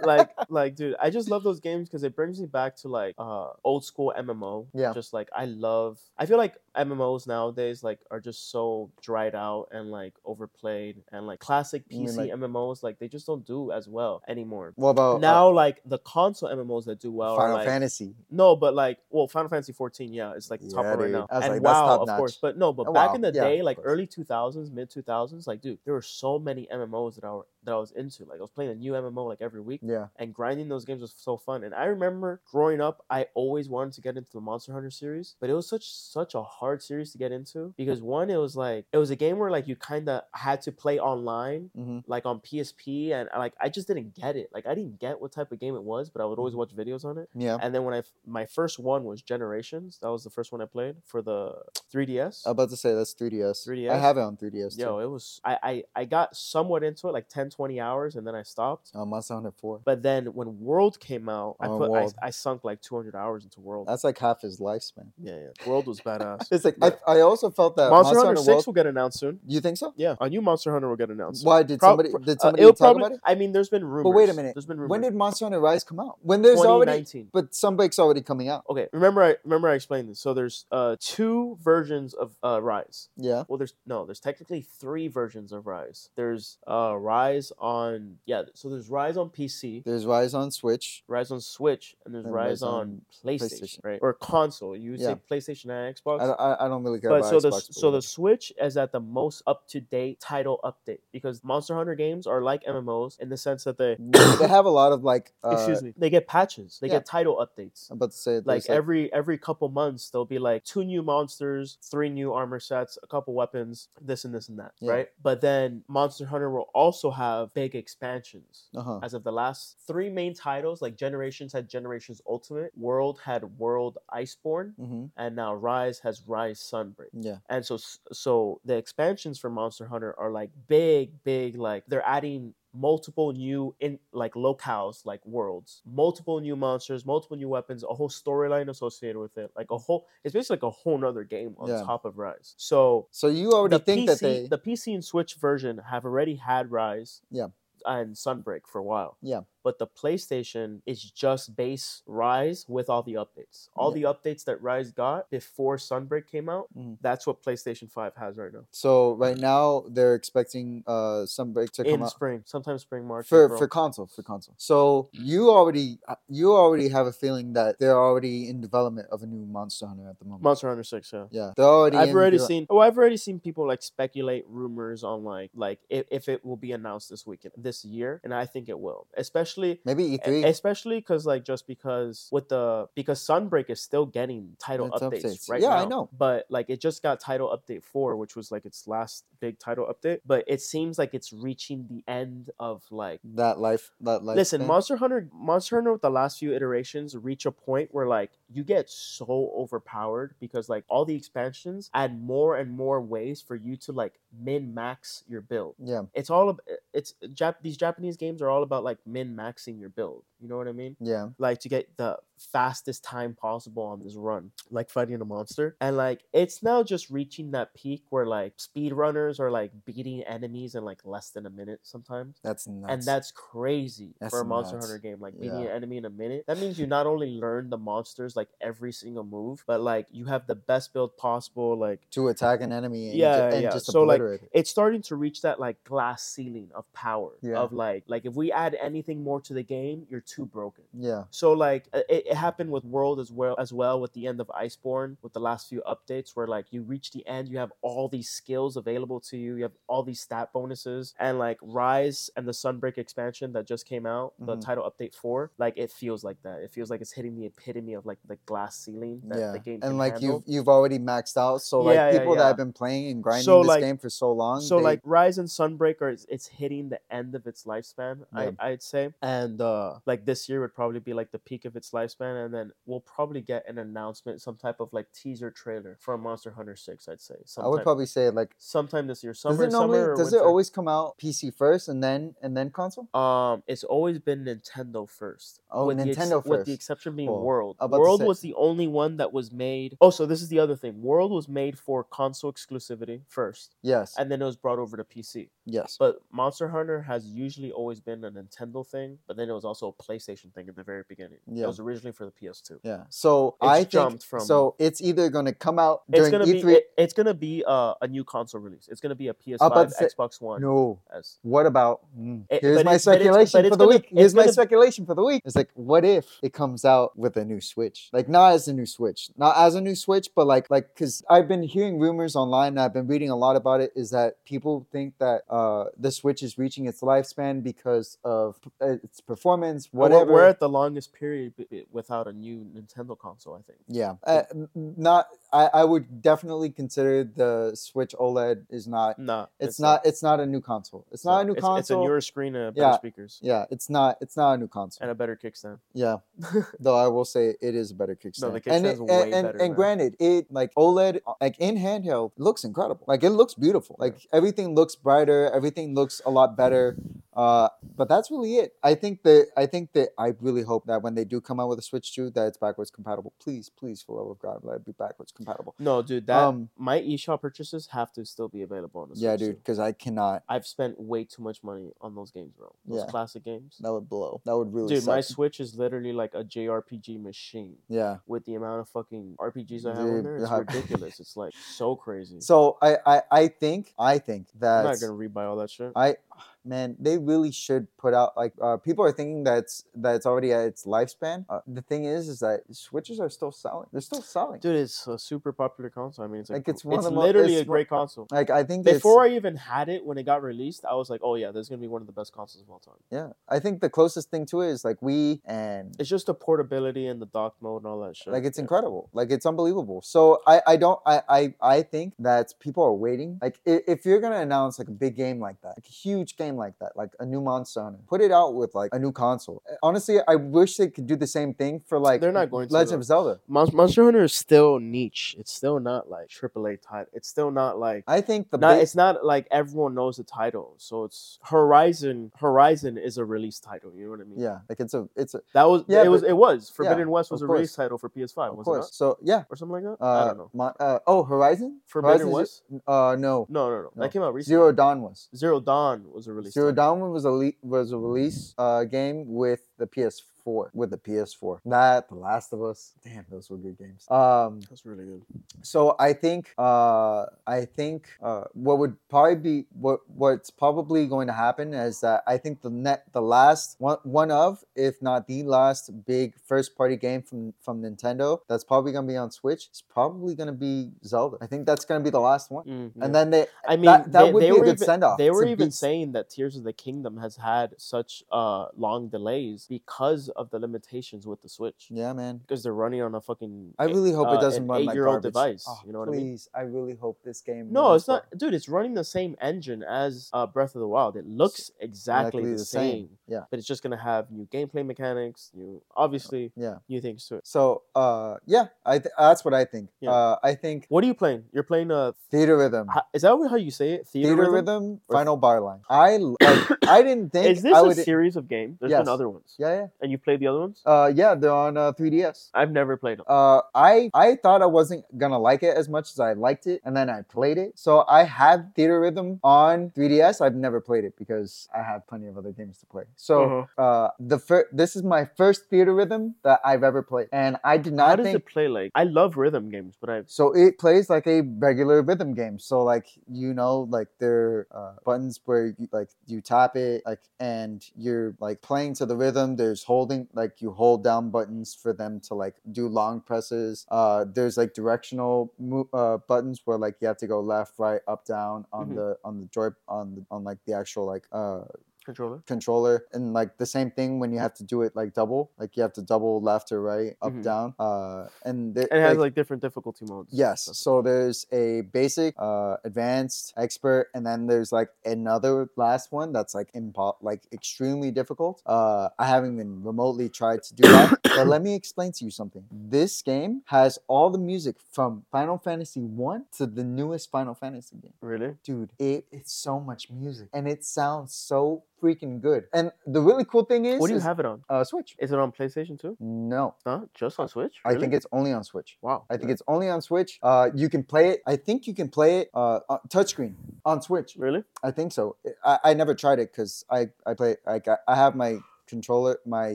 [SPEAKER 1] like like dude i just love those games because it brings me back to like uh old school mmo
[SPEAKER 2] Yeah.
[SPEAKER 1] just like i love i feel like mmos nowadays like are just so dried out and like overplayed and like classic
[SPEAKER 2] You mean,
[SPEAKER 1] pc
[SPEAKER 2] like-
[SPEAKER 1] mmos like they just don't do as well anymore
[SPEAKER 2] what about uh,
[SPEAKER 1] now like the console mmos that do well
[SPEAKER 2] Final
[SPEAKER 1] are like
[SPEAKER 2] Fantasy?
[SPEAKER 1] no but like well final fantasy 14 yeah it's like the top
[SPEAKER 2] Yeah,
[SPEAKER 1] one right
[SPEAKER 2] dude.
[SPEAKER 1] now
[SPEAKER 2] I was
[SPEAKER 1] and
[SPEAKER 2] like, that's
[SPEAKER 1] wow
[SPEAKER 2] top
[SPEAKER 1] of course
[SPEAKER 2] notch.
[SPEAKER 1] but no but
[SPEAKER 2] Oh,
[SPEAKER 1] back
[SPEAKER 2] wow.
[SPEAKER 1] in the
[SPEAKER 2] Yeah,
[SPEAKER 1] day
[SPEAKER 2] of
[SPEAKER 1] like
[SPEAKER 2] course.
[SPEAKER 1] early 2000s mid 2000s like dude there were so many mmos that i were, that i was into like i was playing a new mmo like every week
[SPEAKER 2] Yeah,
[SPEAKER 1] and grinding those games was so fun. And I remember growing up, I always wanted to get into the Monster Hunter series, but it was such such a hard series to get into because one, it was like it was a game where like you kind of had to play online,
[SPEAKER 2] hmm
[SPEAKER 1] like on PSP, and like I just didn't get it. Like I didn't get what type of game it was, but I would always watch videos on it.
[SPEAKER 2] yeah.
[SPEAKER 1] And then when I f- my first one was Generations, that was the first one I played for the 3DS.
[SPEAKER 2] I'm about to say that's 3DS. I
[SPEAKER 1] 3DS?
[SPEAKER 2] have it on 3DS. Too.
[SPEAKER 1] Yo, it was I, I I got somewhat into it like 10 20 hours and then I stopped.
[SPEAKER 2] Oh, Monster Hunter 4.
[SPEAKER 1] But then when World came out, I
[SPEAKER 2] Oh,
[SPEAKER 1] put I,
[SPEAKER 2] World.
[SPEAKER 1] I sunk like 200 hours into World.
[SPEAKER 2] That's like half his lifespan.
[SPEAKER 1] yeah, yeah. World was badass.
[SPEAKER 2] It's like
[SPEAKER 1] Yeah.
[SPEAKER 2] I, I also felt that
[SPEAKER 1] Monster, Hunter, 6
[SPEAKER 2] World-
[SPEAKER 1] will get announced soon.
[SPEAKER 2] you think so?
[SPEAKER 1] Yeah, a new Monster Hunter will get announced. soon.
[SPEAKER 2] Why did
[SPEAKER 1] Prob-
[SPEAKER 2] somebody
[SPEAKER 1] pro-
[SPEAKER 2] did
[SPEAKER 1] uh,
[SPEAKER 2] somebody
[SPEAKER 1] it'll
[SPEAKER 2] talk
[SPEAKER 1] probably-
[SPEAKER 2] about it?
[SPEAKER 1] I mean, there's been rumors.
[SPEAKER 2] wait a minute.
[SPEAKER 1] There's been rumors.
[SPEAKER 2] When did Monster Hunter Rise come out? When there's already
[SPEAKER 1] 2019.
[SPEAKER 2] but Sunbreak's already coming out.
[SPEAKER 1] Okay, remember I remember I explained this. So there's uh two versions of uh Rise.
[SPEAKER 2] Yeah.
[SPEAKER 1] Well, there's no, there's technically three versions of Rise. There's uh Rise Rise on yeah. So there's Rise on PC,
[SPEAKER 2] There's Rise on Switch.
[SPEAKER 1] Rise on Switch, and there's
[SPEAKER 2] And
[SPEAKER 1] Rise
[SPEAKER 2] Rise on
[SPEAKER 1] on PlayStation,
[SPEAKER 2] PlayStation.
[SPEAKER 1] right? Or console. You would
[SPEAKER 2] Yeah.
[SPEAKER 1] say PlayStation and Xbox.
[SPEAKER 2] I, I, I don't really care
[SPEAKER 1] but
[SPEAKER 2] about
[SPEAKER 1] so the
[SPEAKER 2] Xbox. but
[SPEAKER 1] so the
[SPEAKER 2] whatever.
[SPEAKER 1] Switch is at the most up to date title update because Monster Hunter games are like MMOs in the sense that they
[SPEAKER 2] they have a lot of like. Uh,
[SPEAKER 1] excuse me they get patches, they
[SPEAKER 2] yeah.
[SPEAKER 1] get title updates.
[SPEAKER 2] I'm about to say there's,
[SPEAKER 1] Like every every couple months, there'll be like two new monsters, three new armor sets, a couple weapons, this and this and that,
[SPEAKER 2] Yeah.
[SPEAKER 1] right? But then Monster Hunter will also have big expansions.
[SPEAKER 2] uh-huh.
[SPEAKER 1] As of the last three main titles, like Generations had Generations Ultimate, World had World Iceborne,
[SPEAKER 2] hmm
[SPEAKER 1] and now Rise has Rise Sunbreak.
[SPEAKER 2] Yeah.
[SPEAKER 1] And so so the expansions for Monster Hunter are like big, big like they're adding multiple new in like locales, like worlds, multiple new monsters, multiple new weapons, a whole storyline associated with it. Like a whole it's basically like a whole nother game on
[SPEAKER 2] Yeah.
[SPEAKER 1] top of Rise. So
[SPEAKER 2] So you already
[SPEAKER 1] the
[SPEAKER 2] Oh, think
[SPEAKER 1] PC,
[SPEAKER 2] that they.
[SPEAKER 1] the PC and Switch version have already had Rise.
[SPEAKER 2] Yeah.
[SPEAKER 1] And Sunbreak for a while.
[SPEAKER 2] Yeah.
[SPEAKER 1] But the PlayStation is just base Rise with all the updates. All the updates that Rise got before Sunbreak came out,
[SPEAKER 2] Mhm.
[SPEAKER 1] that's what PlayStation 5 has right now.
[SPEAKER 2] so right now they're expecting uh some break to come
[SPEAKER 1] In
[SPEAKER 2] out.
[SPEAKER 1] spring, sometime spring, March.
[SPEAKER 2] for
[SPEAKER 1] April.
[SPEAKER 2] for console for console. So you already uh, you already have a feeling that they're already in development of a new Monster Hunter at the moment.
[SPEAKER 1] Monster Hunter 6, yeah.
[SPEAKER 2] yeah, they're already.
[SPEAKER 1] I've
[SPEAKER 2] in
[SPEAKER 1] already
[SPEAKER 2] devel-
[SPEAKER 1] seen. Oh, I've already seen people like speculate rumors on like like if, if it will be announced this weekend, this year, and I think it will. Especially
[SPEAKER 2] maybe E
[SPEAKER 1] E-
[SPEAKER 2] three.
[SPEAKER 1] especially because like just because with the because sunbreak is still getting title
[SPEAKER 2] It's
[SPEAKER 1] updates,
[SPEAKER 2] updates.
[SPEAKER 1] right
[SPEAKER 2] Yeah, I
[SPEAKER 1] now.
[SPEAKER 2] know.
[SPEAKER 1] but like it just got title update 4 which was like its last big title update but it seems like it's reaching the end of like
[SPEAKER 2] that life that life.
[SPEAKER 1] Listen, Monster Hunter, Monster Hunter, with the last few iterations, reach a point where like you get so overpowered because like all the expansions add more and more ways for you to like min max your build.
[SPEAKER 2] yeah,
[SPEAKER 1] It's all ab- it's Jap- these Japanese games are all about like min maxing your build. You know what I mean?
[SPEAKER 2] yeah,
[SPEAKER 1] like to get the fastest time possible on this run, like fighting a monster. And like it's now just reaching that peak where like speedrunners are like beating enemies in like less than a minute sometimes.
[SPEAKER 2] that's nuts.
[SPEAKER 1] And that's crazy
[SPEAKER 2] That's
[SPEAKER 1] for a Monster
[SPEAKER 2] nuts.
[SPEAKER 1] Hunter game. Like beating
[SPEAKER 2] Yeah.
[SPEAKER 1] an enemy in a minute. That means you not only learn the monsters like every single move, but like you have the best build possible. Like
[SPEAKER 2] to attack an enemy. And ju-
[SPEAKER 1] Yeah,
[SPEAKER 2] and
[SPEAKER 1] yeah.
[SPEAKER 2] Just
[SPEAKER 1] So, like,
[SPEAKER 2] obliterate it.
[SPEAKER 1] it's starting to reach that like glass ceiling of power.
[SPEAKER 2] Yeah.
[SPEAKER 1] Of like like if we add anything more to the game, you're too broken.
[SPEAKER 2] yeah,
[SPEAKER 1] So like uh, it, it happened with World as well as well with the end of Iceborne with the last few updates where like you reach the end, you have all these skills available to you, you have all these stat bonuses, and like Rise and the Sunbreak expansion that just came out, the
[SPEAKER 2] Mhm.
[SPEAKER 1] title update four, like it feels like that. It feels like it's hitting the epitome of like the glass ceiling that
[SPEAKER 2] yeah.
[SPEAKER 1] the game can
[SPEAKER 2] and like
[SPEAKER 1] handle.
[SPEAKER 2] you've you've already maxed out. So like
[SPEAKER 1] Yeah, yeah,
[SPEAKER 2] people that
[SPEAKER 1] yeah.
[SPEAKER 2] have been playing and grinding
[SPEAKER 1] So,
[SPEAKER 2] this
[SPEAKER 1] like-
[SPEAKER 2] game for so long.
[SPEAKER 1] So
[SPEAKER 2] they-
[SPEAKER 1] like Rise and Sunbreak are it's, it's hitting the end of its lifespan.
[SPEAKER 2] Yeah.
[SPEAKER 1] I I'd say, and uh, like this year would probably be like the peak of its lifespan, and then we'll probably get an announcement, some type of like teaser trailer for Monster Hunter Six. I'd say
[SPEAKER 2] I
[SPEAKER 1] sometime,
[SPEAKER 2] would probably say like.
[SPEAKER 1] sometime this year, summer,
[SPEAKER 2] Does it normally?
[SPEAKER 1] summer. Or
[SPEAKER 2] does it
[SPEAKER 1] winter.
[SPEAKER 2] always come out PC first and then and then console?
[SPEAKER 1] Um, it's always been Nintendo first.
[SPEAKER 2] Oh,
[SPEAKER 1] the ex-
[SPEAKER 2] Nintendo
[SPEAKER 1] With the
[SPEAKER 2] first.
[SPEAKER 1] exception being
[SPEAKER 2] Oh,
[SPEAKER 1] World.
[SPEAKER 2] I was about to
[SPEAKER 1] World
[SPEAKER 2] say-
[SPEAKER 1] was the only one that was made. Oh, so this is the other thing. World was made for console exclusivity first,
[SPEAKER 2] Yes.
[SPEAKER 1] and then it was brought over to PC.
[SPEAKER 2] yes.
[SPEAKER 1] But Monster Hunter has usually always been a Nintendo thing, but then it was also a PlayStation thing at the very beginning. It
[SPEAKER 2] Yeah.
[SPEAKER 1] was originally for the PS2.
[SPEAKER 2] Yeah. So
[SPEAKER 1] It's
[SPEAKER 2] I
[SPEAKER 1] jumped
[SPEAKER 2] think
[SPEAKER 1] from-
[SPEAKER 2] so it's either going to come out
[SPEAKER 1] It's
[SPEAKER 2] during E
[SPEAKER 1] gonna
[SPEAKER 2] E3.
[SPEAKER 1] be it- it's gonna be uh, a new console release. It's gonna be a PS5,
[SPEAKER 2] to say-
[SPEAKER 1] Xbox One.
[SPEAKER 2] no.
[SPEAKER 1] S.
[SPEAKER 2] What about? mm,
[SPEAKER 1] It-
[SPEAKER 2] here's
[SPEAKER 1] Eh, but
[SPEAKER 2] my
[SPEAKER 1] it's- but it's-
[SPEAKER 2] speculation
[SPEAKER 1] but it's
[SPEAKER 2] for the
[SPEAKER 1] gonna-
[SPEAKER 2] week. Here's
[SPEAKER 1] it's
[SPEAKER 2] my
[SPEAKER 1] gonna-
[SPEAKER 2] speculation for the week. It's like, what if it comes out with a new Switch? Like not as a new Switch, not as a new Switch, but like like because I've been hearing rumors online. And I've been reading a lot about it. Is that people think that uh the Switch is reaching its lifespan because of p- uh, its performance,
[SPEAKER 1] We're-
[SPEAKER 2] whatever.
[SPEAKER 1] We're at the longest period b- b- without a new Nintendo console, I think.
[SPEAKER 2] Yeah, uh, n- not. I, I would definitely consider the Switch OLED is not.
[SPEAKER 1] Nah,
[SPEAKER 2] It's, not, It's not a new console. It's not a new console.
[SPEAKER 1] It's a newer screen and a better
[SPEAKER 2] Yeah.
[SPEAKER 1] speakers
[SPEAKER 2] yeah, it's not. It's not a new console.
[SPEAKER 1] and a better kickstand.
[SPEAKER 2] yeah, though I will say it is a better kickstand.
[SPEAKER 1] the
[SPEAKER 2] and
[SPEAKER 1] kickstand's
[SPEAKER 2] it, and,
[SPEAKER 1] way
[SPEAKER 2] and,
[SPEAKER 1] better,
[SPEAKER 2] and
[SPEAKER 1] man.
[SPEAKER 2] granted, it like OLED, uh, like in handheld, looks incredible. Like it looks beautiful. Like everything looks brighter. Everything looks a lot better. Uh, but that's really it. I think that I think that I really hope that when they do come out with a Switch 2, that it's backwards compatible. Please, please, for the love of God, let it be backwards compatible.
[SPEAKER 1] No, dude, that
[SPEAKER 2] Um,
[SPEAKER 1] my eShop purchases have to still be available on the
[SPEAKER 2] Yeah,
[SPEAKER 1] Switch,
[SPEAKER 2] dude,
[SPEAKER 1] too.
[SPEAKER 2] because I cannot.
[SPEAKER 1] I've spent way too much money on those games, bro. Those
[SPEAKER 2] Yeah.
[SPEAKER 1] classic games.
[SPEAKER 2] That would blow. That would really
[SPEAKER 1] Dude,
[SPEAKER 2] suck.
[SPEAKER 1] my Switch is literally like a JRPG machine
[SPEAKER 2] yeah.
[SPEAKER 1] with the amount of fucking RPGs I have on
[SPEAKER 2] Dude,
[SPEAKER 1] there. It's
[SPEAKER 2] yeah.
[SPEAKER 1] ridiculous. It's like so crazy.
[SPEAKER 2] So I, I, I think, I think
[SPEAKER 1] I'm not
[SPEAKER 2] that
[SPEAKER 1] gonna rebuy all that shit.
[SPEAKER 2] I, man, they really should put out like uh, people are thinking that's that it's already at its lifespan. Uh, the thing is, is that switches are still selling. They're still selling.
[SPEAKER 1] Dude, it's a super popular console. I mean, it's like,
[SPEAKER 2] Like, it's one of the mo-
[SPEAKER 1] literally
[SPEAKER 2] it's
[SPEAKER 1] a great
[SPEAKER 2] one-
[SPEAKER 1] console.
[SPEAKER 2] Like I think it's-
[SPEAKER 1] Before I even had it when it got released, I was like, oh yeah, there's gonna be one of the best consoles of all time.
[SPEAKER 2] yeah, I think the closest thing to it is like we and
[SPEAKER 1] It's just the portability and the dock mode and all that shit.
[SPEAKER 2] like it's
[SPEAKER 1] Yeah.
[SPEAKER 2] incredible like it's unbelievable so i i don't i i, I think that people are waiting like if, if you're gonna announce like a big game like that like a huge game like that like a new monster Hunter, put it out with like a new console honestly i wish they could do the same thing for like
[SPEAKER 1] They're not going to,
[SPEAKER 2] legend
[SPEAKER 1] though.
[SPEAKER 2] of zelda
[SPEAKER 1] Mon- Monster Hunter is still niche. It's still not like AAA title. It's still not like
[SPEAKER 2] i think the
[SPEAKER 1] not,
[SPEAKER 2] big-
[SPEAKER 1] it's not like everyone knows the title. So it's Horizon. Horizon is a release title. You know what I mean?
[SPEAKER 2] yeah like it's a it's a,
[SPEAKER 1] That was
[SPEAKER 2] Yeah,
[SPEAKER 1] it was
[SPEAKER 2] but-
[SPEAKER 1] it was Forbidden West was
[SPEAKER 2] of
[SPEAKER 1] a release
[SPEAKER 2] course.
[SPEAKER 1] title for PS5,
[SPEAKER 2] of
[SPEAKER 1] was it
[SPEAKER 2] course
[SPEAKER 1] not?
[SPEAKER 2] so yeah
[SPEAKER 1] Or something like that?
[SPEAKER 2] uh,
[SPEAKER 1] I don't know.
[SPEAKER 2] Mon- uh, oh horizon
[SPEAKER 1] Forbidden
[SPEAKER 2] Horizon's
[SPEAKER 1] West?
[SPEAKER 2] ju- uh no
[SPEAKER 1] No, no, no,
[SPEAKER 2] no.
[SPEAKER 1] That came out recently.
[SPEAKER 2] zero dawn was
[SPEAKER 1] Zero Dawn was a release.
[SPEAKER 2] Zero
[SPEAKER 1] title.
[SPEAKER 2] Dawn was a le- was a release uh, game with the PS4 with the PS4. That The Last of Us. Damn, those were good games. Um,
[SPEAKER 1] That's really good.
[SPEAKER 2] so I think uh, I think uh, what would probably be what what's probably going to happen is that I think the net the last one one of if not the last big first party game from from Nintendo that's probably going to be on Switch is probably going to be Zelda. I think that's going to be the last one.
[SPEAKER 1] Mm, yeah.
[SPEAKER 2] And then they
[SPEAKER 1] I mean,
[SPEAKER 2] that- that
[SPEAKER 1] they,
[SPEAKER 2] would
[SPEAKER 1] they
[SPEAKER 2] be a
[SPEAKER 1] were
[SPEAKER 2] good
[SPEAKER 1] even,
[SPEAKER 2] send-off.
[SPEAKER 1] They
[SPEAKER 2] It's
[SPEAKER 1] were
[SPEAKER 2] a
[SPEAKER 1] even
[SPEAKER 2] beast.
[SPEAKER 1] saying that Tears of the Kingdom has had such uh, long delays because of the limitations with the Switch.
[SPEAKER 2] yeah, man.
[SPEAKER 1] Because they're running on a fucking.
[SPEAKER 2] I really hope
[SPEAKER 1] uh,
[SPEAKER 2] it doesn't
[SPEAKER 1] an
[SPEAKER 2] run like
[SPEAKER 1] eight-year-old
[SPEAKER 2] garbage.
[SPEAKER 1] device,
[SPEAKER 2] Oh,
[SPEAKER 1] you know what I mean?
[SPEAKER 2] Please, I really hope this game.
[SPEAKER 1] no,
[SPEAKER 2] runs
[SPEAKER 1] it's not,
[SPEAKER 2] well.
[SPEAKER 1] dude. It's running the same engine as uh, Breath of the Wild. It looks exactly, the, same,
[SPEAKER 2] Yeah.
[SPEAKER 1] but it's just gonna have new gameplay mechanics, new obviously
[SPEAKER 2] Yeah.
[SPEAKER 1] new things to it.
[SPEAKER 2] So, uh, yeah, I th- that's what I think.
[SPEAKER 1] Yeah.
[SPEAKER 2] Uh, I think
[SPEAKER 1] What are you playing? You're playing a.
[SPEAKER 2] theater rhythm,
[SPEAKER 1] ho- Is that how you say it? Theater,
[SPEAKER 2] theater
[SPEAKER 1] rhythm.
[SPEAKER 2] rhythm,
[SPEAKER 1] Or-
[SPEAKER 2] final bar line. I l- I, I didn't think
[SPEAKER 1] Is this
[SPEAKER 2] I
[SPEAKER 1] a
[SPEAKER 2] would.
[SPEAKER 1] series of games? There's
[SPEAKER 2] Yes.
[SPEAKER 1] been other ones,
[SPEAKER 2] yeah,
[SPEAKER 1] and you played the other ones.
[SPEAKER 2] yeah, uh, yeah. They're on uh, 3ds.
[SPEAKER 1] I've never played them.
[SPEAKER 2] Uh, I I thought I wasn't gonna like it as much as I liked it, and then I played it. So I had Theater Rhythm on 3DS. I've never played it because I have plenty of other games to play. So
[SPEAKER 1] Uh-huh.
[SPEAKER 2] uh, the fir- this is my first theater rhythm that I've ever played, and I did
[SPEAKER 1] How
[SPEAKER 2] not
[SPEAKER 1] does
[SPEAKER 2] think
[SPEAKER 1] it play like? I love rhythm games, but I
[SPEAKER 2] so. It plays like a regular rhythm game. So like you know, like there are uh, buttons where you, like you tap it, like and you're like playing to the rhythm. There's holding, like you hold down buttons for them to like do long presses. Uh, there's like directional mo- uh, buttons where like you have to go left, right, up, down on
[SPEAKER 1] Mhm.
[SPEAKER 2] the on the joy on the, on like the actual like uh
[SPEAKER 1] controller.
[SPEAKER 2] controller and like the same thing when you have to do it like double like you have to double left or right up
[SPEAKER 1] Mhm.
[SPEAKER 2] down uh and, there,
[SPEAKER 1] And it has like different difficulty modes.
[SPEAKER 2] yes so there's a basic uh advanced expert and then there's like another last one that's like impo- like extremely difficult uh i haven't even remotely tried to do that but let me explain to you something this game has all the music from final fantasy 1 to the newest final fantasy game
[SPEAKER 1] Really?
[SPEAKER 2] dude it, it's so much music and it sounds so freaking good and the really cool thing is
[SPEAKER 1] what do you
[SPEAKER 2] is,
[SPEAKER 1] have it on?
[SPEAKER 2] uh switch
[SPEAKER 1] Is it on PlayStation too?
[SPEAKER 2] no
[SPEAKER 1] Huh? Just on Switch?
[SPEAKER 2] i think it's only on switch
[SPEAKER 1] wow.
[SPEAKER 2] i think it's only on switch uh you can play it i think you can play it uh on- touchscreen on switch
[SPEAKER 1] really.
[SPEAKER 2] i think so i, I never tried it because i i play like I, I have my controller my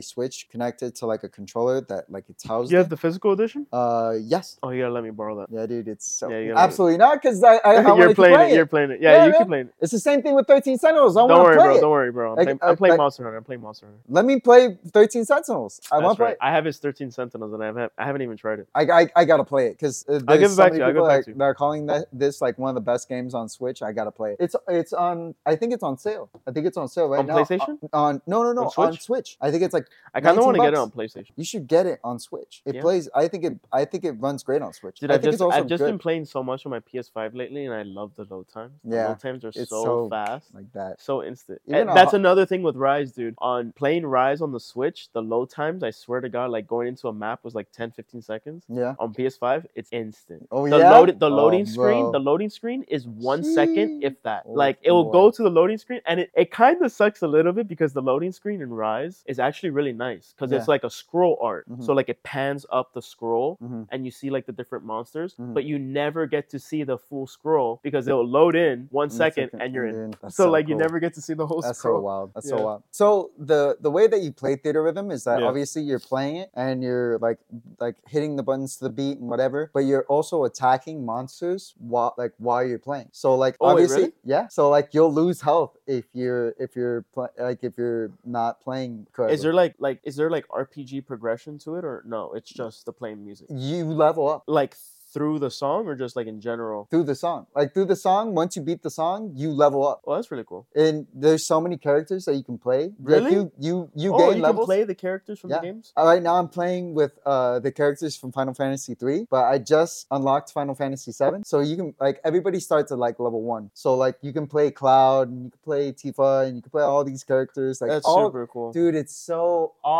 [SPEAKER 2] switch connected to like a controller that like it's housed
[SPEAKER 1] You have
[SPEAKER 2] in.
[SPEAKER 1] the physical edition?
[SPEAKER 2] uh yes
[SPEAKER 1] Oh, you gotta let me borrow that.
[SPEAKER 2] yeah dude it's so
[SPEAKER 1] Yeah, you gotta-
[SPEAKER 2] absolutely not because i i, I wanted
[SPEAKER 1] you're
[SPEAKER 2] to
[SPEAKER 1] playing
[SPEAKER 2] play
[SPEAKER 1] it. You're playing it. Yeah,
[SPEAKER 2] Yeah,
[SPEAKER 1] you
[SPEAKER 2] man.
[SPEAKER 1] can play it.
[SPEAKER 2] it's the same thing with 13 Sentinels. I
[SPEAKER 1] Don't
[SPEAKER 2] want to
[SPEAKER 1] worry,
[SPEAKER 2] play
[SPEAKER 1] bro.
[SPEAKER 2] it.
[SPEAKER 1] Don't worry, bro. I'm,
[SPEAKER 2] Like,
[SPEAKER 1] playing,
[SPEAKER 2] uh,
[SPEAKER 1] I'm playing
[SPEAKER 2] like-
[SPEAKER 1] Monster Hunter. I'm playing Monster Hunter.
[SPEAKER 2] Let me play 13 Sentinels. I want
[SPEAKER 1] That's
[SPEAKER 2] to
[SPEAKER 1] right.
[SPEAKER 2] play.
[SPEAKER 1] I have his 13 Sentinels, and I've ha- I haven't even tried it.
[SPEAKER 2] I, I, I gotta play it because uh,
[SPEAKER 1] I'll give
[SPEAKER 2] there's
[SPEAKER 1] it
[SPEAKER 2] so
[SPEAKER 1] back to
[SPEAKER 2] many
[SPEAKER 1] you, I'll give
[SPEAKER 2] people
[SPEAKER 1] it back
[SPEAKER 2] that,
[SPEAKER 1] to you.
[SPEAKER 2] that are calling that, this like one of the best games on Switch. I gotta play it. It's it's on. I think it's on sale. I think it's on sale right
[SPEAKER 1] on
[SPEAKER 2] now.
[SPEAKER 1] PlayStation?
[SPEAKER 2] On no no no
[SPEAKER 1] On
[SPEAKER 2] on Switch?
[SPEAKER 1] Switch?
[SPEAKER 2] I think it's like
[SPEAKER 1] I kind
[SPEAKER 2] 19
[SPEAKER 1] of want to get it
[SPEAKER 2] bucks.
[SPEAKER 1] on PlayStation.
[SPEAKER 2] you should get it on Switch. It
[SPEAKER 1] Yeah.
[SPEAKER 2] plays. I think it I think it runs great on Switch.
[SPEAKER 1] Dude,
[SPEAKER 2] I
[SPEAKER 1] I've
[SPEAKER 2] think
[SPEAKER 1] just,
[SPEAKER 2] it's also
[SPEAKER 1] I've just
[SPEAKER 2] good
[SPEAKER 1] been playing so much on my PS5 lately, and I love the load times. The
[SPEAKER 2] Yeah,
[SPEAKER 1] load times are so,
[SPEAKER 2] it's so-
[SPEAKER 1] fast.
[SPEAKER 2] like that.
[SPEAKER 1] So instant.
[SPEAKER 2] Even
[SPEAKER 1] And
[SPEAKER 2] on
[SPEAKER 1] that's
[SPEAKER 2] ho-
[SPEAKER 1] another thing with Rise, dude. On playing Rise on the Switch, the load times, I swear to God, like going into a map was like 10, 15 seconds.
[SPEAKER 2] Yeah.
[SPEAKER 1] On PS5, it's instant.
[SPEAKER 2] Oh
[SPEAKER 1] The
[SPEAKER 2] yeah.
[SPEAKER 1] load, the
[SPEAKER 2] Oh,
[SPEAKER 1] loading screen,
[SPEAKER 2] bro.
[SPEAKER 1] the loading screen is one second,
[SPEAKER 2] Gee.
[SPEAKER 1] if that.
[SPEAKER 2] Oh,
[SPEAKER 1] like it will
[SPEAKER 2] boy.
[SPEAKER 1] go to the loading screen, and it, it kind of sucks a little bit because the loading screen in eyes is actually really nice because it's
[SPEAKER 2] Yeah.
[SPEAKER 1] like a scroll art.
[SPEAKER 2] Mhm.
[SPEAKER 1] So like it pans up the scroll
[SPEAKER 2] Mhm.
[SPEAKER 1] and you see like the different monsters,
[SPEAKER 2] Mhm.
[SPEAKER 1] but you never get to see the full scroll because they'll load in one second and you're in. So, like you
[SPEAKER 2] never.
[SPEAKER 1] never get to see the whole
[SPEAKER 2] That's so
[SPEAKER 1] scroll.
[SPEAKER 2] wild. That's
[SPEAKER 1] Yeah.
[SPEAKER 2] so wild. So the the way that you play theater rhythm is that
[SPEAKER 1] Yeah.
[SPEAKER 2] obviously you're playing it and you're like like hitting the buttons to the beat and whatever, but you're also attacking monsters while like while you're playing. So like
[SPEAKER 1] Oh, wait,
[SPEAKER 2] obviously
[SPEAKER 1] really?
[SPEAKER 2] yeah. So like you'll lose health if you're if you're pl- like if you're not playing correctly.
[SPEAKER 1] Is there like like is there like RPG progression to it or no? It's
[SPEAKER 2] Mm.
[SPEAKER 1] just the plain music.
[SPEAKER 2] you level up
[SPEAKER 1] Like through the song or just like in general?
[SPEAKER 2] through the song. Like through the song, once you beat the song, you level up.
[SPEAKER 1] Oh, that's really cool.
[SPEAKER 2] And there's so many characters that you can play.
[SPEAKER 1] Really?
[SPEAKER 2] Like you you you
[SPEAKER 1] oh,
[SPEAKER 2] gain
[SPEAKER 1] you
[SPEAKER 2] levels.
[SPEAKER 1] can play the characters from
[SPEAKER 2] Yeah.
[SPEAKER 1] the games.
[SPEAKER 2] Uh, Right now, I'm playing with uh, the characters from Final Fantasy three, but I just unlocked Final Fantasy seven. So you can like everybody starts at like level one. So like you can play Cloud and you can play Tifa and you can play all these characters. Like
[SPEAKER 1] That's
[SPEAKER 2] all,
[SPEAKER 1] super cool.
[SPEAKER 2] dude, it's so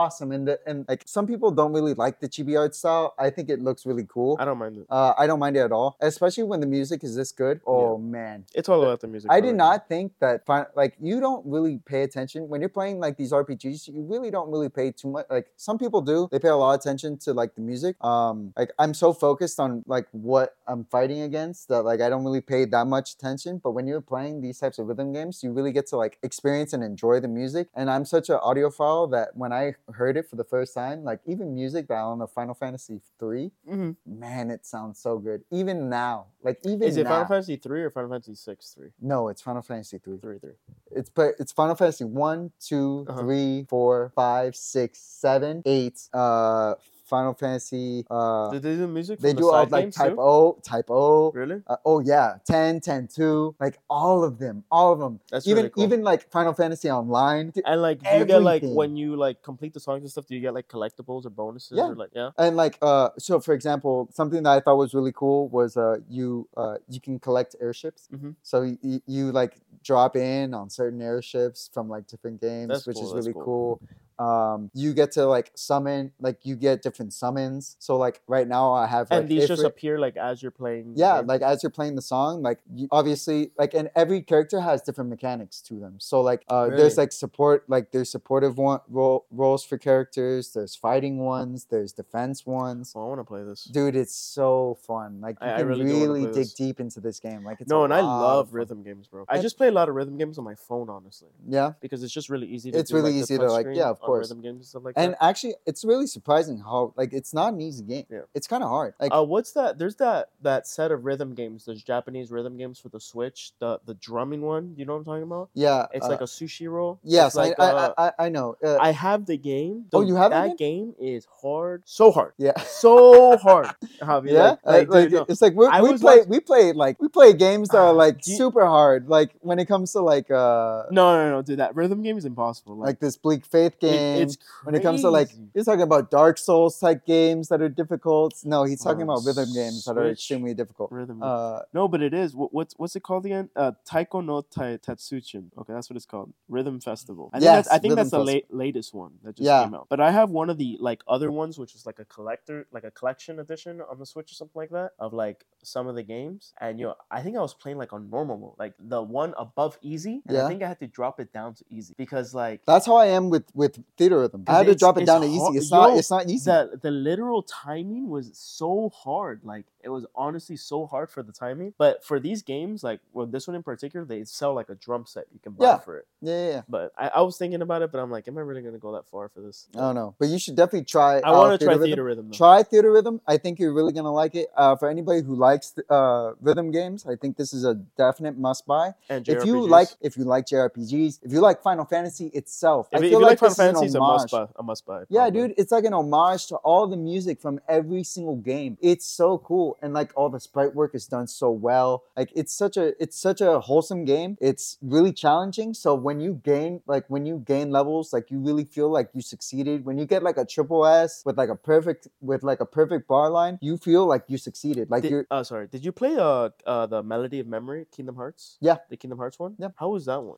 [SPEAKER 2] awesome. And the, and like some people don't really like the chibi art style. I think it looks really cool.
[SPEAKER 1] I don't mind it.
[SPEAKER 2] uh, I don't mind it at all, especially when the music is this good. Oh man,
[SPEAKER 1] It's all about the music.
[SPEAKER 2] I
[SPEAKER 1] for
[SPEAKER 2] did
[SPEAKER 1] me.
[SPEAKER 2] not think that fin- like you don't really pay attention when you're playing like these RPGs. You really don't really pay too much. Like some people do, they pay a lot of attention to like the music. Um, like I'm so focused on like what I'm fighting against that like I don't really pay that much attention. But when you're playing these types of rhythm games, you really get to like experience and enjoy the music. And I'm such an audiophile that when I heard it for the first time, like even music that on the Final Fantasy three,
[SPEAKER 1] Mhm.
[SPEAKER 2] man, it sounds so good. Even now, like even
[SPEAKER 1] Is it
[SPEAKER 2] now.
[SPEAKER 1] Final Fantasy three or Final Fantasy six three?
[SPEAKER 2] no, it's Final Fantasy three
[SPEAKER 1] Three three.
[SPEAKER 2] it's but it's Final Fantasy one, two,
[SPEAKER 1] Uh-huh.
[SPEAKER 2] three, four, five, six, seven, eight. Uh, Final Fantasy. Uh,
[SPEAKER 1] Did they do music? From
[SPEAKER 2] they
[SPEAKER 1] the
[SPEAKER 2] do all
[SPEAKER 1] side
[SPEAKER 2] like
[SPEAKER 1] games
[SPEAKER 2] Type
[SPEAKER 1] too?
[SPEAKER 2] O, Type O.
[SPEAKER 1] Really?
[SPEAKER 2] Uh, oh yeah, 10, 10, 2, like all of them, all of them.
[SPEAKER 1] That's
[SPEAKER 2] even
[SPEAKER 1] really cool.
[SPEAKER 2] even like Final Fantasy Online. Dude,
[SPEAKER 1] And like, do you get like
[SPEAKER 2] everything.
[SPEAKER 1] when you like complete the songs and stuff? Do you get like collectibles or bonuses
[SPEAKER 2] Yeah.
[SPEAKER 1] or like yeah?
[SPEAKER 2] and like uh so for example something that i thought was really cool was uh you uh you can collect airships
[SPEAKER 1] Mhm.
[SPEAKER 2] so y- y- you like drop in on certain airships from like different games
[SPEAKER 1] That's
[SPEAKER 2] which
[SPEAKER 1] cool,
[SPEAKER 2] is
[SPEAKER 1] that's
[SPEAKER 2] really cool, um you get to like summon like you get different summons so like right now i have like
[SPEAKER 1] and these just
[SPEAKER 2] Ifrit-
[SPEAKER 1] appear like as you're playing. the
[SPEAKER 2] yeah
[SPEAKER 1] game?
[SPEAKER 2] like as you're playing the song like you, obviously like and every character has different mechanics to them so like uh,
[SPEAKER 1] Really?
[SPEAKER 2] there's like support like there's supportive one role, roles for characters there's fighting ones there's defense ones
[SPEAKER 1] Oh, I want to play this.
[SPEAKER 2] Dude, it's so fun. Like you
[SPEAKER 1] I- I
[SPEAKER 2] can
[SPEAKER 1] really
[SPEAKER 2] really,
[SPEAKER 1] do wanna play
[SPEAKER 2] dig
[SPEAKER 1] this.
[SPEAKER 2] deep into this game. Like it's
[SPEAKER 1] no,
[SPEAKER 2] a
[SPEAKER 1] and I
[SPEAKER 2] lot
[SPEAKER 1] love
[SPEAKER 2] of fun.
[SPEAKER 1] rhythm games, bro. I
[SPEAKER 2] And-
[SPEAKER 1] just play a lot of rhythm games on my phone, honestly,
[SPEAKER 2] Yeah,
[SPEAKER 1] because it's just really easy. To
[SPEAKER 2] It's
[SPEAKER 1] do,
[SPEAKER 2] really
[SPEAKER 1] like, the
[SPEAKER 2] easy to, like,
[SPEAKER 1] touchscreen
[SPEAKER 2] yeah, of
[SPEAKER 1] on
[SPEAKER 2] course.
[SPEAKER 1] Rhythm games and stuff like
[SPEAKER 2] and
[SPEAKER 1] that.
[SPEAKER 2] actually, it's really surprising how like it's not an easy game.
[SPEAKER 1] Yeah.
[SPEAKER 2] It's kind of hard. Like
[SPEAKER 1] uh, what's that? There's that that set of rhythm games. There's Japanese rhythm games for the Switch. The the drumming one. You know what I'm talking about?
[SPEAKER 2] yeah,
[SPEAKER 1] It's
[SPEAKER 2] uh,
[SPEAKER 1] like a sushi roll. It's
[SPEAKER 2] yes,
[SPEAKER 1] like,
[SPEAKER 2] I,
[SPEAKER 1] uh,
[SPEAKER 2] I, I I know. Uh,
[SPEAKER 1] I have the game.
[SPEAKER 2] Oh,
[SPEAKER 1] The-
[SPEAKER 2] you have the
[SPEAKER 1] that game? is hard. So hard.
[SPEAKER 2] yeah.
[SPEAKER 1] So hard. Javi.
[SPEAKER 2] Yeah,
[SPEAKER 1] Like, like,
[SPEAKER 2] Uh, like,
[SPEAKER 1] dude, no.
[SPEAKER 2] it's like we,
[SPEAKER 1] I
[SPEAKER 2] we
[SPEAKER 1] was
[SPEAKER 2] play
[SPEAKER 1] watch-
[SPEAKER 2] we play like we play games that
[SPEAKER 1] Ah,
[SPEAKER 2] are like
[SPEAKER 1] do you-
[SPEAKER 2] super hard. Like when it comes to like uh
[SPEAKER 1] no, no, no, dude. That rhythm game is impossible. Like,
[SPEAKER 2] like this bleak faith
[SPEAKER 1] it-
[SPEAKER 2] game.
[SPEAKER 1] it's crazy.
[SPEAKER 2] when it comes to like he's talking about Dark Souls type games that are difficult. No, he's talking
[SPEAKER 1] Um,
[SPEAKER 2] about rhythm games that are
[SPEAKER 1] Switch.
[SPEAKER 2] extremely difficult.
[SPEAKER 1] rhythm. game.
[SPEAKER 2] Uh,
[SPEAKER 1] no, but it is. What, what's what's it called again? Uh, Taiko no tai, Tetsuchin. Okay, that's what it's called. Rhythm Festival. I think that's, I
[SPEAKER 2] Yes,
[SPEAKER 1] think that's the
[SPEAKER 2] Rhythm
[SPEAKER 1] late, latest one that just
[SPEAKER 2] Yeah.
[SPEAKER 1] came out. But I have one of the like other ones, which is like a collector, like a collection edition on the Switch or something like that, of like some of the games. And yo, I think I was playing like on normal mode, like the one above easy. And I
[SPEAKER 2] Yeah.
[SPEAKER 1] think I had to drop it down to easy because like
[SPEAKER 2] That's how I am with with theater rhythm. I had to
[SPEAKER 1] It's-
[SPEAKER 2] drop it
[SPEAKER 1] it's
[SPEAKER 2] down to
[SPEAKER 1] hard-
[SPEAKER 2] easy. It's not.
[SPEAKER 1] yo,
[SPEAKER 2] It's not easy.
[SPEAKER 1] the the literal timing was so hard. Like it was honestly so hard for the timing. But for these games, like well, this one in particular, they sell like a drum set you can buy
[SPEAKER 2] Yeah.
[SPEAKER 1] for it.
[SPEAKER 2] yeah, yeah, yeah.
[SPEAKER 1] But I, I was thinking about it, but I'm like, am I really gonna go that far for this?
[SPEAKER 2] I don't know, but you should definitely try.
[SPEAKER 1] I
[SPEAKER 2] out
[SPEAKER 1] want to try
[SPEAKER 2] Rhythm.
[SPEAKER 1] theater rhythm. though.
[SPEAKER 2] Try theater rhythm. I think you're really gonna like it. Uh, for anybody who likes uh, rhythm games, I think this is a definite must buy.
[SPEAKER 1] and
[SPEAKER 2] If you
[SPEAKER 1] JRPGs.
[SPEAKER 2] like, if you like JRPGs, if you like Final Fantasy itself,
[SPEAKER 1] if,
[SPEAKER 2] I
[SPEAKER 1] you-
[SPEAKER 2] feel
[SPEAKER 1] if you like Final
[SPEAKER 2] this is an
[SPEAKER 1] Fantasy, it's a must
[SPEAKER 2] homage.
[SPEAKER 1] buy. A must buy.
[SPEAKER 2] Yeah,
[SPEAKER 1] probably.
[SPEAKER 2] dude, it's like an homage to all the music from every single game. It's so cool, and like all the sprite work is done so well. Like it's such a it's such a wholesome game. It's really challenging. So when you gain like when you gain levels, like you really feel like you succeeded. When you get like a triple S with like a perfect with like a perfect bar line, you feel like you succeeded. Like
[SPEAKER 1] Did,
[SPEAKER 2] you're
[SPEAKER 1] oh, sorry. Did you play uh, uh the Melody of Memory, Kingdom Hearts?
[SPEAKER 2] Yeah.
[SPEAKER 1] the Kingdom Hearts one.
[SPEAKER 2] Yep.
[SPEAKER 1] How was that one?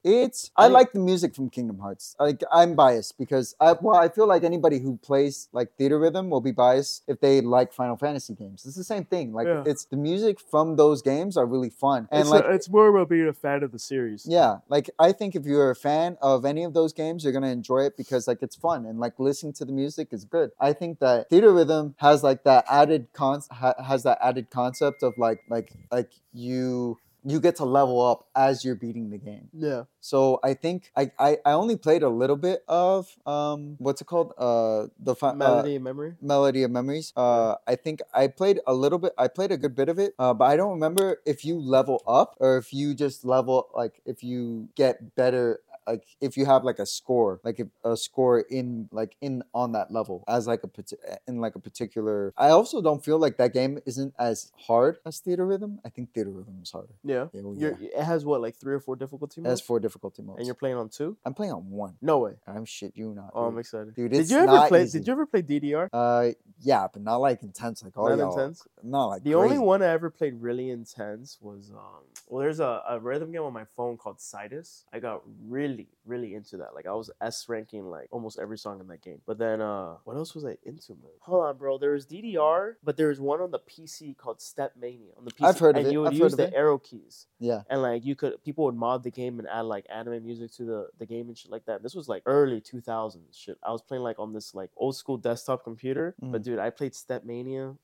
[SPEAKER 1] I
[SPEAKER 2] it's I
[SPEAKER 1] think-
[SPEAKER 2] like the music from Kingdom Hearts. Like I'm biased because I well I feel like anybody who plays like Theater Rhythm will be biased if they like Final Fantasy games. It's the same thing. Like
[SPEAKER 1] Yeah.
[SPEAKER 2] it's the music from those games are really fun and
[SPEAKER 1] it's,
[SPEAKER 2] like.
[SPEAKER 1] a- it's more about being a fan of the series.
[SPEAKER 2] yeah, like I think if you're a fan of any of those games, you're gonna enjoy it because like it's fun and like listening to the music is good. I think that theater rhythm has like that added con ha- has that added concept of like like like you you get to level up as you're beating the game.
[SPEAKER 1] Yeah.
[SPEAKER 2] So I think I, I, I only played a little bit of um what's it called uh the fi- uh,
[SPEAKER 1] Melody and memory.
[SPEAKER 2] Melody of Memories. Uh, I think I played a little bit. I played a good bit of it, uh, but I don't remember if you level up or if you just level like if you get better. Like if you have like a score, like if- a score in like in on that level as like a parti- uh, in like a particular. I also don't feel like that game isn't as hard as Theater Rhythm. I think Theater Rhythm is harder.
[SPEAKER 1] Yeah.
[SPEAKER 2] Yeah, well,
[SPEAKER 1] You're, it has what like three or four difficulty
[SPEAKER 2] It has
[SPEAKER 1] modes,
[SPEAKER 2] four difficulty modes.
[SPEAKER 1] and you're playing on two.
[SPEAKER 2] I'm playing on one.
[SPEAKER 1] No way.
[SPEAKER 2] I'm shit you not.
[SPEAKER 1] Oh, I'm
[SPEAKER 2] dude.
[SPEAKER 1] excited.
[SPEAKER 2] Dude,
[SPEAKER 1] did
[SPEAKER 2] it's
[SPEAKER 1] you ever
[SPEAKER 2] not
[SPEAKER 1] play?
[SPEAKER 2] easy.
[SPEAKER 1] Did you ever play DDR?
[SPEAKER 2] Uh, yeah, but not like intense like all
[SPEAKER 1] Not
[SPEAKER 2] Oh, y'all.
[SPEAKER 1] intense.
[SPEAKER 2] Not like
[SPEAKER 1] The only
[SPEAKER 2] crazy.
[SPEAKER 1] one I ever played really intense was um well there's a, a rhythm game on my phone called Citus. I got really, really into that. Like I was S ranking like almost every song in that game. But then uh what else was I into man? Hold on, bro. There was DDR, but there was one on the PC called Step Mania on the PC.
[SPEAKER 2] I've heard of
[SPEAKER 1] and
[SPEAKER 2] it.
[SPEAKER 1] you would
[SPEAKER 2] I've heard
[SPEAKER 1] use
[SPEAKER 2] of
[SPEAKER 1] the
[SPEAKER 2] it.
[SPEAKER 1] arrow keys.
[SPEAKER 2] Yeah.
[SPEAKER 1] And like you could people would mod the game and add like anime music to the, the game and shit like that. This was like early two thousands shit. I was playing like on this like old school desktop computer. But
[SPEAKER 2] Mhm.
[SPEAKER 1] dude, I played Step Mania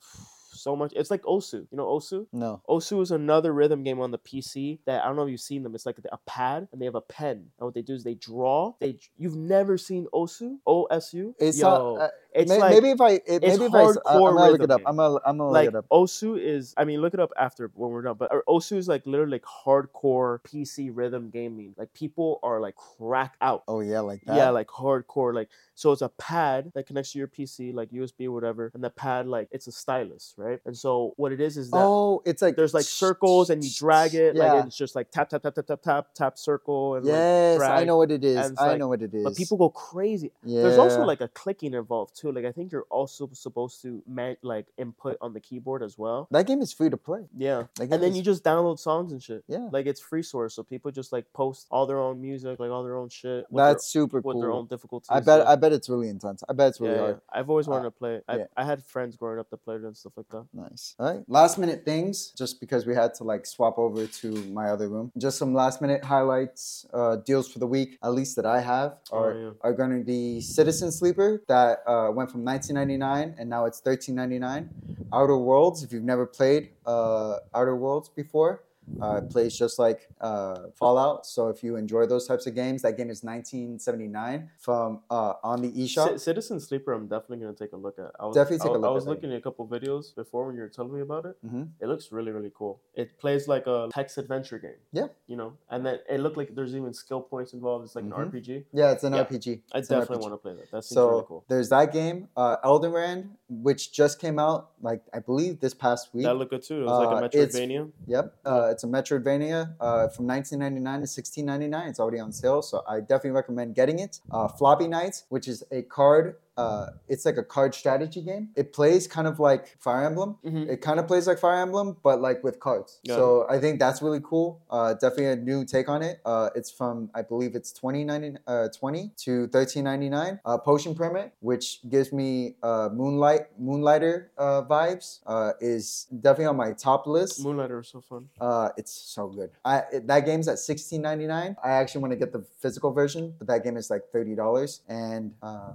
[SPEAKER 1] so much. It's like Osu. You know Osu?
[SPEAKER 2] No.
[SPEAKER 1] Osu is another rhythm game on the PC that I don't know if you've seen them. It's like a pad and they have a pen, and what they do is they draw. They you've never seen Osu O S U.
[SPEAKER 2] It's
[SPEAKER 1] Yo,
[SPEAKER 2] not, uh,
[SPEAKER 1] it's
[SPEAKER 2] may-
[SPEAKER 1] like
[SPEAKER 2] maybe if I it, maybe if I, s- I-
[SPEAKER 1] hardcore
[SPEAKER 2] I'm gonna look
[SPEAKER 1] rhythm
[SPEAKER 2] it up.
[SPEAKER 1] game.
[SPEAKER 2] I'm gonna I'm gonna
[SPEAKER 1] like
[SPEAKER 2] look it up.
[SPEAKER 1] Osu is. I mean, look it up after when we're done. But uh, Osu is like literally like hardcore PC rhythm gaming. Like people are like crack out.
[SPEAKER 2] Oh yeah, like that.
[SPEAKER 1] Yeah, like hardcore. Like so, it's a pad that connects to your PC, like USB or whatever, and the pad like it's a stylus, right? And so what it is is that
[SPEAKER 2] oh, it's like
[SPEAKER 1] there's like circles and you drag it
[SPEAKER 2] Yeah.
[SPEAKER 1] like and it's just like tap tap tap tap tap tap tap circle and like
[SPEAKER 2] yes, I
[SPEAKER 1] drag,
[SPEAKER 2] know what it is.
[SPEAKER 1] and it's
[SPEAKER 2] I
[SPEAKER 1] like-
[SPEAKER 2] know what it is.
[SPEAKER 1] but people go crazy
[SPEAKER 2] yeah.
[SPEAKER 1] there's also like a clicking involved too like i think you're also supposed to man- like input on the keyboard as well
[SPEAKER 2] that game is free to play.
[SPEAKER 1] yeah
[SPEAKER 2] That game
[SPEAKER 1] and then
[SPEAKER 2] is-
[SPEAKER 1] you just download songs and shit
[SPEAKER 2] yeah.
[SPEAKER 1] like it's free source so people just like post all their own music like all their own shit with
[SPEAKER 2] That's super
[SPEAKER 1] their, with their own
[SPEAKER 2] cool.
[SPEAKER 1] difficulties
[SPEAKER 2] I bet
[SPEAKER 1] yeah.
[SPEAKER 2] I bet it's really intense. I bet it's really
[SPEAKER 1] yeah, yeah.
[SPEAKER 2] hard.
[SPEAKER 1] I've always
[SPEAKER 2] Uh,
[SPEAKER 1] wanted to play. it. I,
[SPEAKER 2] yeah.
[SPEAKER 1] I had friends growing up that played it and stuff like that.
[SPEAKER 2] Nice. All right. Last minute things, just because we had to like swap over to my other room. Just some last minute highlights, uh, deals for the week, at least that I have,
[SPEAKER 1] Oh,
[SPEAKER 2] are,
[SPEAKER 1] yeah.
[SPEAKER 2] are going to be Citizen Sleeper that uh, went from 1999 and now it's 13.99. Outer Worlds, if you've never played uh, Outer Worlds before, uh, it plays just like uh, Fallout. So if you enjoy those types of games, that game is 1979 from uh, on the eShop.
[SPEAKER 1] Ci- Citizen Sleeper, I'm definitely gonna take a look at. I was,
[SPEAKER 2] Definitely
[SPEAKER 1] I
[SPEAKER 2] take a
[SPEAKER 1] wa-
[SPEAKER 2] look
[SPEAKER 1] I
[SPEAKER 2] at
[SPEAKER 1] was
[SPEAKER 2] that.
[SPEAKER 1] looking at a couple videos before when you were telling me about it.
[SPEAKER 2] Mhm.
[SPEAKER 1] It looks really really cool. It plays like a text adventure game.
[SPEAKER 2] Yeah.
[SPEAKER 1] You know, and then it looked like there's even skill points involved. It's like
[SPEAKER 2] Mhm.
[SPEAKER 1] an RPG.
[SPEAKER 2] Yeah, it's an
[SPEAKER 1] Yeah.
[SPEAKER 2] RPG.
[SPEAKER 1] I
[SPEAKER 2] It's an
[SPEAKER 1] definitely
[SPEAKER 2] RPG.
[SPEAKER 1] want to play that. That seems
[SPEAKER 2] So
[SPEAKER 1] really cool.
[SPEAKER 2] there's that game, uh, Elden Ring, which just came out, like I believe this past week.
[SPEAKER 1] That looked good too. It was
[SPEAKER 2] uh,
[SPEAKER 1] like a
[SPEAKER 2] it's-
[SPEAKER 1] Metroidvania.
[SPEAKER 2] yep, uh, it's a Metroidvania uh, from 1999 to 16.99. It's already on sale, so I definitely recommend getting it. Uh, Floppy Knights, which is a card, uh, it's like a card strategy game. It plays kind of like Fire Emblem.
[SPEAKER 1] Mhm.
[SPEAKER 2] It kind of plays like Fire Emblem, but like with cards.
[SPEAKER 1] Got
[SPEAKER 2] so I think that's really cool. Uh, definitely a new take on it. Uh, it's from I believe it's twenty ninety uh, twenty to thirteen ninety nine. Uh, Potion Permit, which gives me uh, Moonlight Moonlighter uh, vibes, uh, is definitely on my top list.
[SPEAKER 1] Moonlighter was so fun.
[SPEAKER 2] Uh, it's so good. I it, that game's at sixteen ninety nine. I actually want to get the physical version, but that game is like thirty dollars. And uh,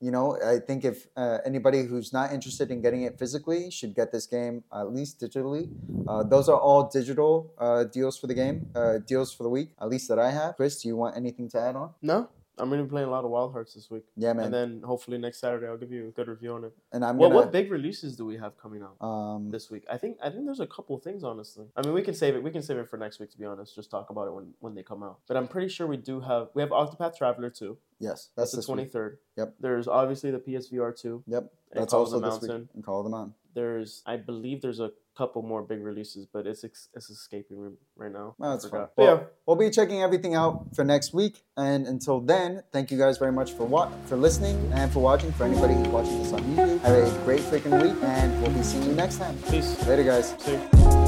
[SPEAKER 2] you know, I think if uh, anybody who's not interested in getting it physically should get this game at least digitally. Uh, those are all digital uh, deals for the game, uh, deals for the week, at least that I have. Chris, do you want anything to add on?
[SPEAKER 1] No, I'm gonna be playing a lot of Wild Hearts this week,
[SPEAKER 2] Yeah, man.
[SPEAKER 1] and then hopefully next Saturday I'll give you a good review on it.
[SPEAKER 2] and I'm
[SPEAKER 1] Well,
[SPEAKER 2] gonna.
[SPEAKER 1] what big releases do we have coming out?
[SPEAKER 2] um,
[SPEAKER 1] This week, I think I think there's a couple things. Honestly, I mean, we can save it. We can save it for next week. To be honest, just talk about it when when they come out. But I'm pretty sure we do have we have Octopath Traveler too.
[SPEAKER 2] yes, that's,
[SPEAKER 1] That's,
[SPEAKER 2] this
[SPEAKER 1] the
[SPEAKER 2] week.
[SPEAKER 1] 23rd.
[SPEAKER 2] Yep.
[SPEAKER 1] There's obviously the PSVR 2.
[SPEAKER 2] Yep,
[SPEAKER 1] and
[SPEAKER 2] that's
[SPEAKER 1] Call of
[SPEAKER 2] also
[SPEAKER 1] the
[SPEAKER 2] this week.
[SPEAKER 1] Mountain.
[SPEAKER 2] And call them on.
[SPEAKER 1] There's, I believe, there's a couple more big releases, but it's ex- it's escaping me right now.
[SPEAKER 2] Well,
[SPEAKER 1] I
[SPEAKER 2] that's fine.
[SPEAKER 1] forgot. But
[SPEAKER 2] Well,
[SPEAKER 1] yeah,
[SPEAKER 2] we'll be checking everything out for next week. And until then, thank you guys very much for what for listening and for watching. For anybody who's watching this on YouTube, have a great freaking week, and we'll be seeing you next time.
[SPEAKER 1] peace.
[SPEAKER 2] Later, guys.
[SPEAKER 1] See you.